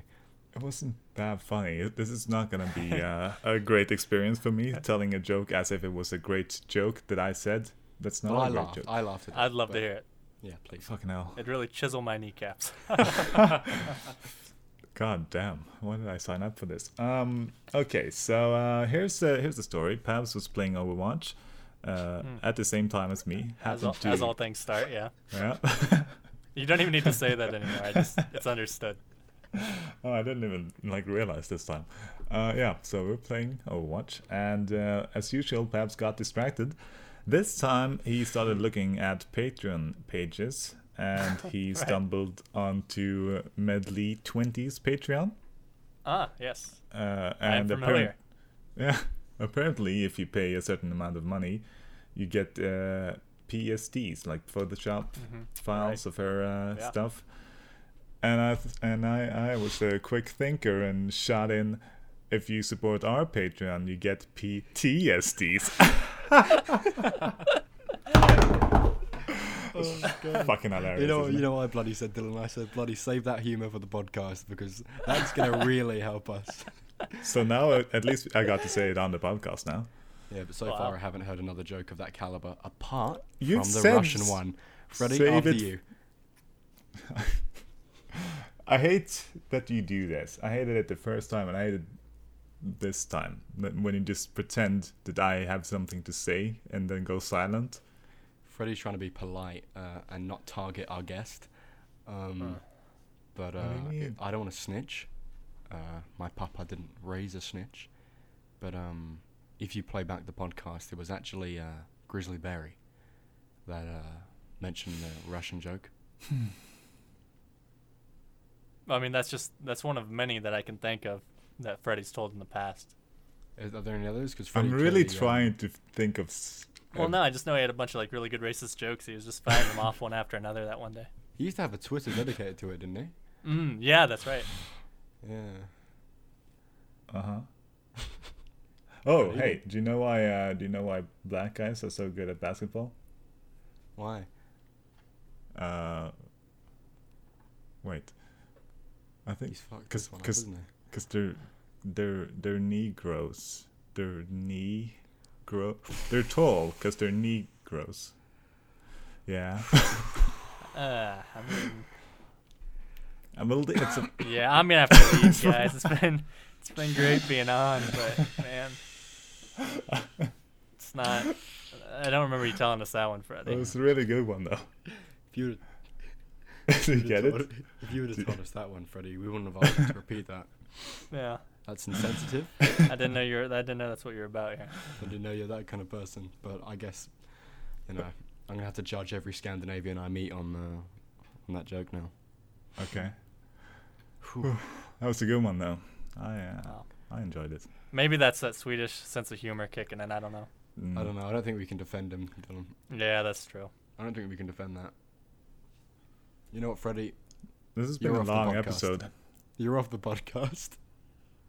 Speaker 1: It wasn't that funny. This is not gonna be uh, a great experience for
Speaker 3: [LAUGHS]
Speaker 1: me telling a joke as if it was a great joke that I said. That's not a
Speaker 3: But I
Speaker 1: great
Speaker 3: laughed.
Speaker 1: joke.
Speaker 3: I laughed at it.
Speaker 2: I'd love
Speaker 3: but-
Speaker 2: to hear it.
Speaker 3: Yeah, please.
Speaker 1: Fucking hell.
Speaker 2: It'd really chisel my kneecaps. [LAUGHS]
Speaker 1: [LAUGHS] God damn! Why did I sign up for this? Um. Okay, so uh, here's the here's the story. Pabs was playing Overwatch, uh, at the same time as me.
Speaker 2: Hmm. as,
Speaker 1: Happened
Speaker 2: all,
Speaker 1: to
Speaker 2: as all things start, yeah.
Speaker 1: yeah. [LAUGHS]
Speaker 2: You don't even need to say that anymore. I just, it's understood.
Speaker 1: oh, I didn't even like realize this time. Uh, yeah. So we're playing Overwatch, and uh, as usual, Pabs got distracted. This time he started looking at Patreon pages,
Speaker 2: [LAUGHS]
Speaker 1: and he stumbled onto Medley 20's Patreon.
Speaker 2: Ah, yes.
Speaker 1: Uh,
Speaker 2: I
Speaker 1: and
Speaker 2: am
Speaker 1: apparent,
Speaker 2: familiar.
Speaker 1: yeah, [LAUGHS] apparently, if you pay a certain amount of money, you get uh, PSDs like Photoshop files of her uh,
Speaker 2: Yeah.
Speaker 1: stuff. And I th- and I, I was a quick thinker and shot in. If you support our Patreon, you get [LAUGHS] PTSDs.
Speaker 3: Oh
Speaker 1: Fucking hilarious.
Speaker 3: [LAUGHS] You know,
Speaker 1: isn't
Speaker 3: you
Speaker 1: it?
Speaker 3: know, what I bloody said, Dylan. I said, bloody save that humour for the podcast because that's [LAUGHS] gonna really help us.
Speaker 1: So now, uh, at least I got to say it on the podcast now.
Speaker 3: Yeah, but so
Speaker 2: Wow.
Speaker 3: far I haven't heard another joke of that caliber apart
Speaker 1: You've
Speaker 3: from the
Speaker 1: said
Speaker 3: Russian
Speaker 1: s-
Speaker 3: one. Freddie,
Speaker 1: save
Speaker 3: after
Speaker 1: it-
Speaker 3: you.
Speaker 1: I hate that you do this. I hated it the first time, and I hated this time That- when you just pretend that I have something to say and then go silent.
Speaker 3: Freddie's trying to be polite uh, and not target our guest, um, but uh,
Speaker 1: do you mean?
Speaker 3: I don't want to snitch. Uh, my papa didn't raise a snitch, but um, if you play back the podcast, it was actually uh, Grizzly Berry that uh, mentioned the Russian joke.
Speaker 2: I mean, that's just, that's one of many that I can think of that Freddy's told in the past.
Speaker 3: Are are there any others? Because
Speaker 1: I'm really
Speaker 3: uh,
Speaker 1: trying to think of. s-
Speaker 2: Well,
Speaker 1: of-
Speaker 2: no, I just know he had a bunch of like really good racist jokes. He was just firing them off one after another that one day.
Speaker 3: He used to have a Twitter dedicated to it, didn't he?
Speaker 2: Mm, yeah, that's right.
Speaker 3: Yeah.
Speaker 1: Uh huh. Oh, hey, do you know why? Uh, do you know why black guys are so good at basketball?
Speaker 3: Why?
Speaker 1: Uh, wait. I think
Speaker 3: He's fucked
Speaker 1: because
Speaker 3: this one up, isn't he?
Speaker 1: Because they're they're they're Negroes. They're knee grow. They're tall because they're Negroes. Yeah,
Speaker 2: Uh, I mean,
Speaker 1: I believe it's a,
Speaker 2: [LAUGHS] yeah, I'm gonna have to
Speaker 1: [LAUGHS]
Speaker 2: leave, guys. It's been, it's been great being on, but man, it's not. I don't remember you telling us that one,
Speaker 1: it
Speaker 2: Freddie.
Speaker 1: was a really good one though. [LAUGHS]
Speaker 3: If you would've-
Speaker 1: Do you
Speaker 3: if
Speaker 1: get
Speaker 3: you'd have
Speaker 1: it?
Speaker 3: told, [LAUGHS] if you would have told us that one, Freddie, we wouldn't have asked you to repeat that.
Speaker 2: Yeah,
Speaker 1: [LAUGHS]
Speaker 3: That's insensitive.
Speaker 2: I didn't know you were. I didn't know that's what you're about here.
Speaker 3: I didn't know you're that kind of person, but I guess, you know, I'm gonna have to judge every Scandinavian I meet on uh, on that joke now.
Speaker 1: Okay, that was a good one though. I uh,
Speaker 2: Wow.
Speaker 1: I enjoyed it.
Speaker 2: Maybe that's that Swedish sense of humor kicking in. I don't know.
Speaker 1: Mm.
Speaker 3: I don't know. I don't think we can defend him, Dylan.
Speaker 2: Yeah, that's true.
Speaker 3: I don't think we can defend that. You know what, Freddie?
Speaker 1: This has been
Speaker 3: You're
Speaker 1: a
Speaker 3: off the
Speaker 1: long
Speaker 3: podcast.
Speaker 1: episode.
Speaker 3: You're off the [LAUGHS] podcast.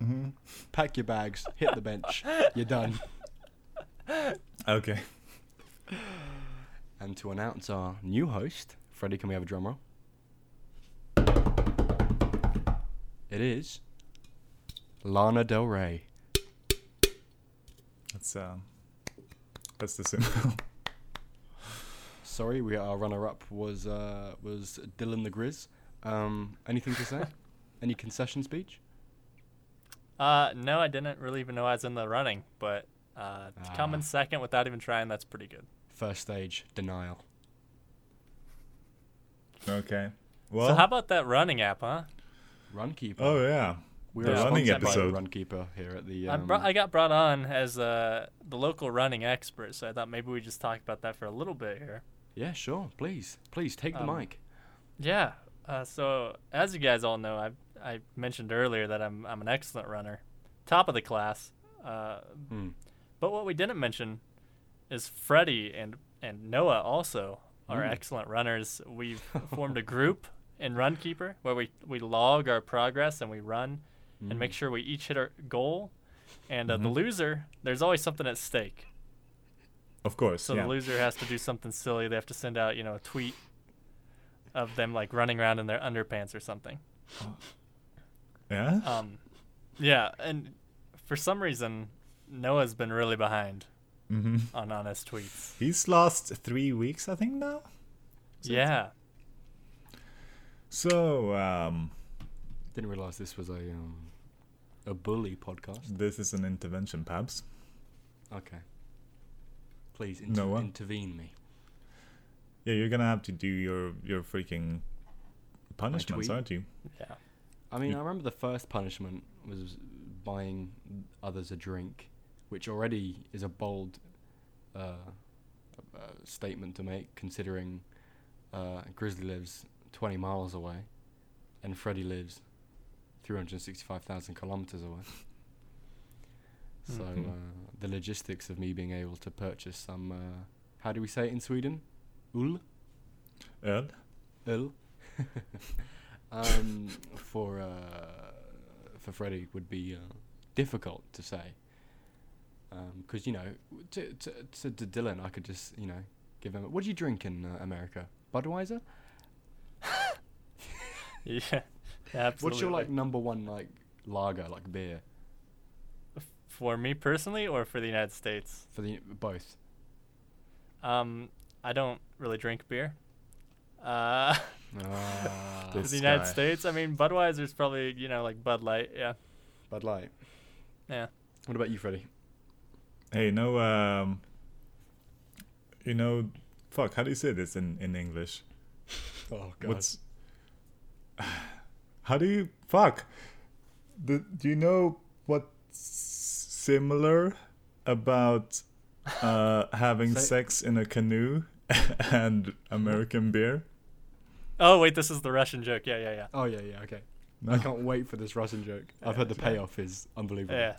Speaker 1: hmm
Speaker 3: Pack your bags. Hit the bench. You're done.
Speaker 1: Okay.
Speaker 3: And to announce our new host, Freddie, can we have a drum roll? It is Lana Del Rey.
Speaker 1: That's um. That's the symbol.
Speaker 3: sorry, we our runner-up was uh, was Dylan the Grizz. Um, anything
Speaker 1: [LAUGHS]
Speaker 3: to say? Any concession speech?
Speaker 2: Uh, no, I didn't really even know I was in the running, but uh, to come in
Speaker 3: Ah.
Speaker 2: second without even trying, that's pretty good.
Speaker 3: First stage denial.
Speaker 1: [LAUGHS] Okay. Well.
Speaker 2: so how about that running app, huh?
Speaker 3: Runkeeper.
Speaker 1: oh yeah.
Speaker 3: we
Speaker 1: the
Speaker 3: are
Speaker 1: running
Speaker 3: sponsored by
Speaker 1: episode.
Speaker 3: Runkeeper here at the.
Speaker 2: I,
Speaker 3: Um,
Speaker 2: brought, I got brought on as uh, the local running expert, so I thought maybe we just talk about that for a little bit here.
Speaker 3: yeah, sure. Please, please take the
Speaker 2: Um,
Speaker 3: mic.
Speaker 2: Yeah. Uh, so as you guys all know, I I mentioned earlier that I'm I'm an excellent runner, top of the class. Uh,
Speaker 3: Hmm.
Speaker 2: but what we didn't mention is Freddie and and Noah also are
Speaker 3: Mm.
Speaker 2: excellent runners. We've formed a group in Runkeeper where we we log our progress and we run and
Speaker 3: Mm. Hmm.
Speaker 2: make sure we each hit our goal. And uh, the loser, there's always something at stake.
Speaker 1: Of course.
Speaker 2: So
Speaker 1: yeah.
Speaker 2: the loser has to do something silly. They have to send out, you know, a tweet of them like running around in their underpants or something.
Speaker 1: yeah.
Speaker 2: Um, yeah, and for some reason, Noah's been really behind
Speaker 1: hmm
Speaker 2: on on his tweets.
Speaker 1: He's lost three weeks, I think now.
Speaker 2: Yeah,
Speaker 1: So um,
Speaker 3: Didn't realize this was a um, a bully podcast.
Speaker 1: this is an intervention, Pabs.
Speaker 3: Okay. Please inter-
Speaker 1: Noah?
Speaker 3: intervene me.
Speaker 1: Yeah, you're gonna have to do your your freaking punishments,
Speaker 3: tweet?
Speaker 1: aren't you?
Speaker 2: yeah.
Speaker 3: I mean, I remember the first punishment was buying others a drink, which already is a bold uh, uh, statement to make, considering uh, Grizzly lives 20 miles away and Freddy lives 365,000 kilometers away. So
Speaker 1: Mhm.
Speaker 3: uh, the logistics of me being able to purchase some, uh, how do we say it in Sweden? Ull?
Speaker 1: Ed?
Speaker 3: Ill. [LAUGHS] um, for uh, for Freddie would be uh, difficult to say. Because you know, to, to to to Dylan, I could just you know give him. What do you drink in uh, America? Budweiser.
Speaker 2: [LAUGHS] yeah, absolutely.
Speaker 3: What's your like number one like lager like beer
Speaker 2: for me personally, or for the United States?
Speaker 3: for the [LAUGHS] both?
Speaker 2: Um, I don't really drink beer. Uh, [LAUGHS]
Speaker 3: Ah,
Speaker 2: for
Speaker 1: This
Speaker 2: the United
Speaker 1: guy.
Speaker 2: States, I mean Budweiser's probably you know like Bud Light. Yeah,
Speaker 3: Bud Light.
Speaker 2: yeah.
Speaker 3: What about you, Freddie?
Speaker 1: Hey, you know, um, you know, fuck. How do you say this in in English?
Speaker 3: Oh
Speaker 1: What's [SIGHS] how do you fuck? The, do you know what's similar about
Speaker 3: [LAUGHS]
Speaker 1: uh, having
Speaker 3: Say-
Speaker 1: sex in a canoe [LAUGHS] and American beer?
Speaker 2: Oh wait, this is the Russian joke. Yeah, yeah, yeah.
Speaker 3: Oh yeah, yeah. Okay.
Speaker 1: No.
Speaker 3: I can't wait for this Russian joke. I've heard the payoff is unbelievable.
Speaker 2: Yeah.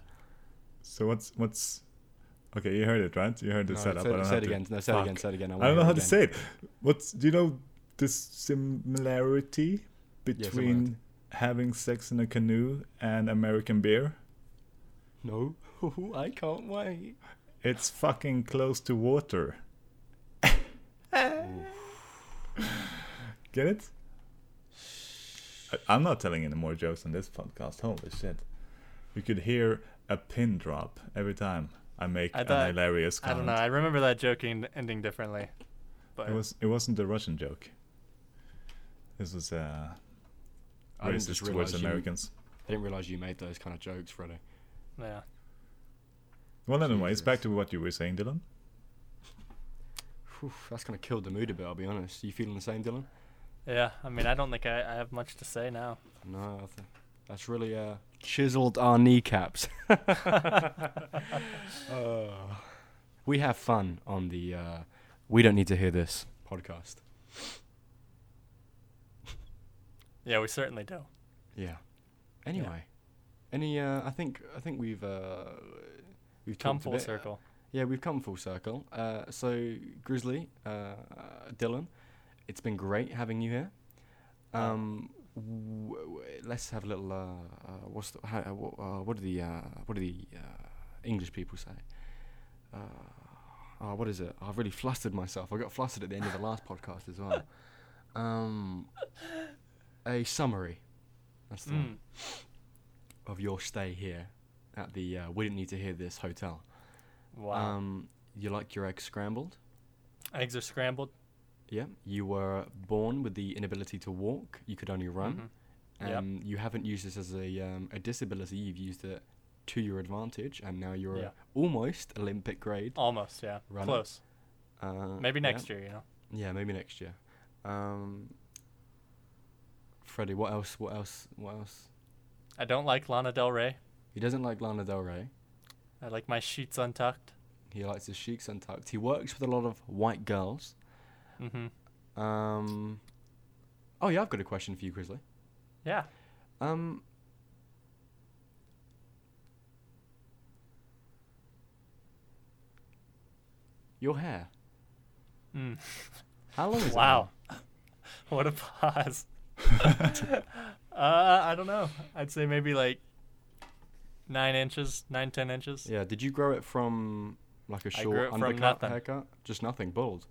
Speaker 1: So what's what's okay? You heard it, right? You heard the
Speaker 3: No,
Speaker 1: setup.
Speaker 3: say,
Speaker 1: I don't
Speaker 3: say
Speaker 1: have
Speaker 3: it
Speaker 1: to-
Speaker 3: again. No, say it again.
Speaker 1: fuck.
Speaker 3: Say it again.
Speaker 1: I don't know how to
Speaker 3: it.
Speaker 1: say it. What's do you know the similarity between
Speaker 3: similarity.
Speaker 1: having sex in a canoe and American beer?
Speaker 3: No, [LAUGHS] I can't wait.
Speaker 1: It's fucking close to
Speaker 2: [LAUGHS]
Speaker 1: water. Get it? I- I'm not telling any more jokes on this podcast. Holy shit. You could hear a pin drop every time I make
Speaker 2: I
Speaker 1: an
Speaker 2: thought-
Speaker 1: hilarious
Speaker 2: I
Speaker 1: comment.
Speaker 2: don't know. I remember that joke en- ending differently. But
Speaker 1: It was it wasn't a Russian joke. This was uh
Speaker 3: I didn't just
Speaker 1: racist towards
Speaker 3: realize you-
Speaker 1: Americans.
Speaker 3: I didn't realize you made those kind of jokes, Freddie.
Speaker 2: yeah.
Speaker 1: Well anyways,
Speaker 3: Jesus.
Speaker 1: back to what you were saying,
Speaker 2: [LAUGHS]
Speaker 1: Dylan.
Speaker 3: Whew, that's kind of killed the mood a bit. I'll be honest. You feeling the same, Dylan?
Speaker 2: Yeah, I mean, I don't think I, I have much to
Speaker 1: [LAUGHS]
Speaker 2: say now. [LAUGHS]
Speaker 3: No, I th- that's really uh, chiseled our kneecaps. [LAUGHS] Uh, we have fun on the. Uh, we don't need to hear this podcast.
Speaker 2: Yeah, we certainly do.
Speaker 3: Yeah. Anyway, any? Uh, I think I think we've uh, we've
Speaker 2: Come
Speaker 3: talked a
Speaker 2: full
Speaker 3: bit-
Speaker 2: circle.
Speaker 3: Yeah, we've come full circle. Uh, so, Grizzly, uh, Dylan, it's been great having you here. Um, w- w- let's have a little. Uh, uh, what's the, how, uh, wha- uh, what do the uh, what do the uh, English people say? Uh, oh, what is it? I've really flustered myself. I got flustered at the end of the last podcast as well. Um, a summary. That's the one
Speaker 2: Mm.
Speaker 3: of your stay here at the uh, We Didn't Need to Hear This hotel.
Speaker 2: Mm. Wow.
Speaker 3: Um, you like your eggs scrambled?
Speaker 2: Eggs are scrambled.
Speaker 3: Yeah, you were born with the inability to walk. You could only run.
Speaker 2: Mhm. Yep.
Speaker 3: Um, You haven't used this as a um, a disability. You've used it to your advantage, and now you're
Speaker 2: Yeah.
Speaker 3: almost Olympic grade.
Speaker 2: Almost, yeah.
Speaker 3: Runner.
Speaker 2: Close.
Speaker 3: Uh,
Speaker 2: Maybe
Speaker 3: yeah.
Speaker 2: next year, you know.
Speaker 3: Yeah, maybe next year. Um, Freddie, what else? What else? What else?
Speaker 2: I don't like Lana Del Rey.
Speaker 3: He doesn't like Lana Del Rey.
Speaker 2: I like my sheets untucked.
Speaker 3: He likes his cheeks untucked. He works with a lot of white girls.
Speaker 2: Mm-hmm.
Speaker 3: Um, oh yeah, I've got a question for you, Grizzly.
Speaker 2: Yeah.
Speaker 3: Um, your hair.
Speaker 2: Mm.
Speaker 3: How long is it?
Speaker 2: Wow.
Speaker 3: now?
Speaker 2: [LAUGHS] What a pause. uh, I don't know. I'd say maybe like nine inches, nine, ten inches.
Speaker 3: Yeah. Did you grow it from like a
Speaker 2: I grew
Speaker 3: short
Speaker 2: it from
Speaker 3: undercut
Speaker 2: nothing.
Speaker 3: haircut? Just nothing, bald.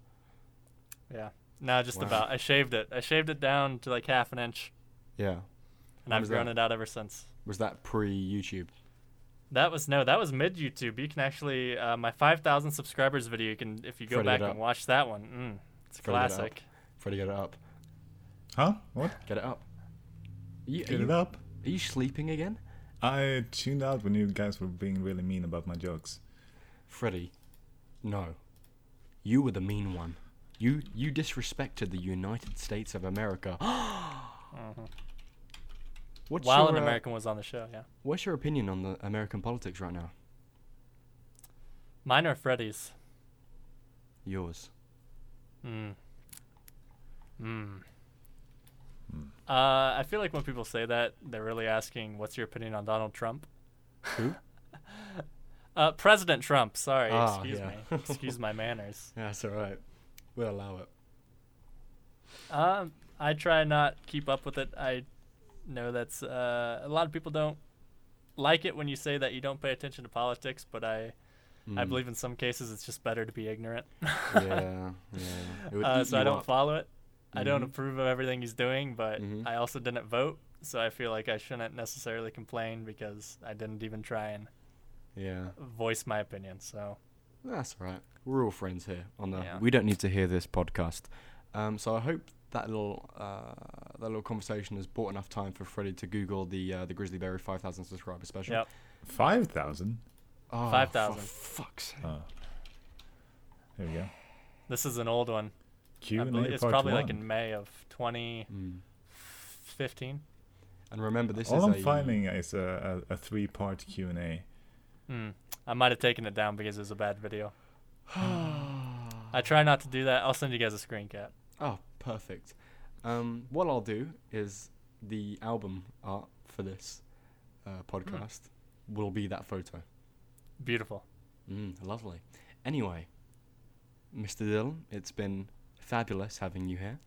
Speaker 2: Yeah. No, just
Speaker 3: Wow.
Speaker 2: about. I shaved it. I shaved it down to like half an inch,
Speaker 3: Yeah.
Speaker 2: and
Speaker 3: When
Speaker 2: I've
Speaker 3: was
Speaker 2: grown
Speaker 3: that?
Speaker 2: it out ever since.
Speaker 3: Was that pre YouTube?
Speaker 2: That was no, that was mid YouTube. You can actually uh, my 5,000 subscribers video. You can if you go
Speaker 3: Freddy it
Speaker 2: back
Speaker 3: up.
Speaker 2: and watch that one. Mm, it's a
Speaker 3: Freddy it up.
Speaker 2: classic.
Speaker 3: Freddie, get it up.
Speaker 1: Huh? What?
Speaker 3: Get it up. Are you, are
Speaker 1: Get it
Speaker 3: you-
Speaker 1: up.
Speaker 3: Are you sleeping again,
Speaker 1: I tuned out when you guys were being really mean about my jokes.
Speaker 3: Freddie? No. You were the mean one. You you disrespected the United States of America. [GASPS] What's
Speaker 2: Uh-huh. While an
Speaker 3: your, uh,
Speaker 2: American was on the show, yeah.
Speaker 3: What's your opinion on the American politics right now?
Speaker 2: Mine are Freddy's.
Speaker 3: Yours.
Speaker 2: Mm. Mm.
Speaker 3: Hmm.
Speaker 2: Uh, I feel like when people say that, they're really asking, "What's your opinion on Donald Trump?" [LAUGHS]
Speaker 3: Who?
Speaker 2: Uh, President Trump. Sorry,
Speaker 3: Ah,
Speaker 2: excuse
Speaker 3: [LAUGHS] yeah.
Speaker 2: me. excuse my manners.
Speaker 3: Yeah, that's all right. We'll allow it.
Speaker 2: Um, I try not keep up with it. I know that's uh, a lot of people don't like it when you say that you don't pay attention to politics, but I I
Speaker 3: Mm.
Speaker 2: believe in some cases it's just better to be ignorant. [LAUGHS]
Speaker 3: yeah, yeah. It would
Speaker 2: uh,
Speaker 3: eat
Speaker 2: so I
Speaker 3: you
Speaker 2: don't
Speaker 3: up.
Speaker 2: follow it. I don't
Speaker 3: Mhm.
Speaker 2: approve of everything he's doing, but
Speaker 3: Mhm.
Speaker 2: I also didn't vote, so I feel like I shouldn't necessarily complain because I didn't even try and
Speaker 3: yeah,
Speaker 2: voice my opinion. So
Speaker 3: that's all right. We're all friends here. On the
Speaker 2: Yeah.
Speaker 3: we don't need to hear this podcast. Um, so I hope that little uh, that little conversation has bought enough time for Freddie to Google the uh, the Grizzly Berry 5,000 subscriber special.
Speaker 2: Yep.
Speaker 1: 5,000?
Speaker 3: Oh,
Speaker 2: 5,000.
Speaker 3: For fuck's sake.
Speaker 1: Oh. There we go.
Speaker 2: this is an old one. I
Speaker 1: Q&A
Speaker 2: believe it's
Speaker 1: part
Speaker 2: probably
Speaker 1: one.
Speaker 2: like in May of 2015.
Speaker 3: Mm. And remember, this is
Speaker 1: Hmm. All I'm
Speaker 3: a
Speaker 1: finding is a, a, a three-part Q&A.
Speaker 2: Mm. I might have taken it down because it was a bad video. I try not to do that. I'll send you guys a screen cap.
Speaker 3: [SIGHS] Oh, perfect. Um, what I'll do is the album art for this uh,
Speaker 2: Hmm.
Speaker 3: podcast will be that photo.
Speaker 2: Beautiful.
Speaker 3: Mm, lovely. Anyway, Mr. Dillon, it's been fabulous having you here.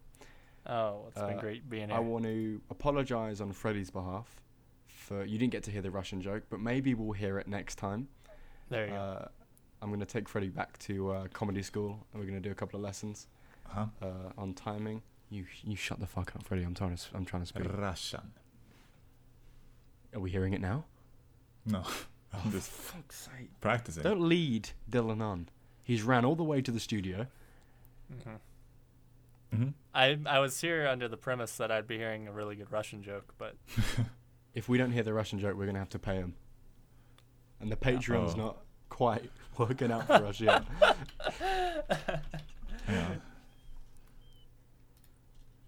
Speaker 2: Oh, it's been
Speaker 3: Uh,
Speaker 2: great being
Speaker 3: I
Speaker 2: here.
Speaker 3: want to apologize on Freddie's behalf for you didn't get to hear the Russian joke, but maybe we'll hear it next time.
Speaker 2: there you go.
Speaker 3: Uh, I'm going to take Freddie back to uh, comedy school and we're going to do a couple of lessons
Speaker 1: Huh?
Speaker 3: uh, on timing. You you shut the fuck up, Freddie. I'm trying to s- I'm trying to speak.
Speaker 1: Russian.
Speaker 3: Are we hearing it now?
Speaker 1: No. I'm just [LAUGHS]
Speaker 3: fuck's sake.
Speaker 1: practicing.
Speaker 3: Don't lead Dylan on. He's ran all the way to the studio.
Speaker 1: Mhm.
Speaker 2: Mm-hmm. I I was here under the premise that I'd be hearing a really good Russian joke, but [LAUGHS]
Speaker 3: If we don't hear the Russian joke, we're going to have to pay him. And the Patreon's
Speaker 1: Oh.
Speaker 3: not quite [LAUGHS] working out for us
Speaker 1: [LAUGHS]
Speaker 3: yet.
Speaker 1: Yeah.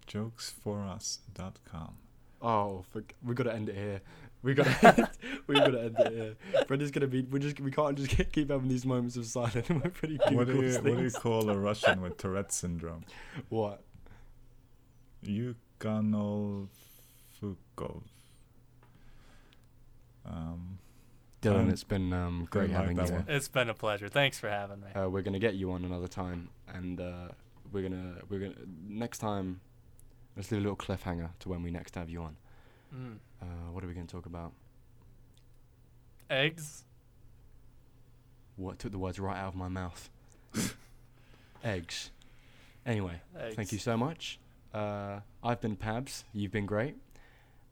Speaker 1: Jokesforus.com.
Speaker 2: [LAUGHS]
Speaker 3: Oh, for, we've got to end it here. We got
Speaker 1: [LAUGHS]
Speaker 3: to end, we got to end it here. Freddie's gonna be. We just we can't just keep- keep having these moments of silence. [LAUGHS] We're pretty
Speaker 1: What do, you,
Speaker 3: Googles
Speaker 1: what do you
Speaker 3: things.
Speaker 1: call a Russian
Speaker 2: [LAUGHS]
Speaker 1: with Tourette syndrome?
Speaker 3: What?
Speaker 1: Yukanol Fukov. Um,
Speaker 3: Dylan,
Speaker 1: Um,
Speaker 3: it's been um, great
Speaker 1: didn't like
Speaker 3: having you.
Speaker 1: that
Speaker 3: here.
Speaker 1: one.
Speaker 2: it's been a pleasure. Thanks for having me.
Speaker 3: Uh, we're gonna get you on another time, and uh, we're gonna we're gonna next time. Let's leave a little cliffhanger to when we next have you on.
Speaker 2: Mm.
Speaker 3: Uh, what are we gonna talk about?
Speaker 2: Eggs.
Speaker 3: What took the words right out of my mouth? Eggs. Anyway,
Speaker 2: Eggs.
Speaker 3: thank you so much. Uh, I've been Pabs. You've been great.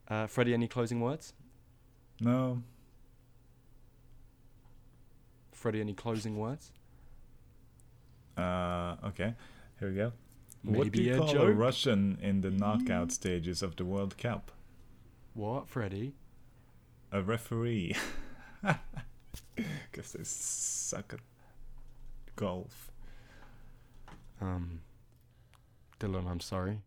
Speaker 3: Uh, Freddie, any closing words?
Speaker 1: no,
Speaker 3: Freddie, any closing words?
Speaker 1: Uh, okay, here we go. what do
Speaker 3: Maybe
Speaker 1: you
Speaker 3: a
Speaker 1: call a
Speaker 3: joke.
Speaker 1: Russian in the knockout stages of the World Cup?
Speaker 3: What, Freddy?
Speaker 1: A referee. [LAUGHS] Because they suck at golf.
Speaker 3: Um, Dylan, I'm sorry.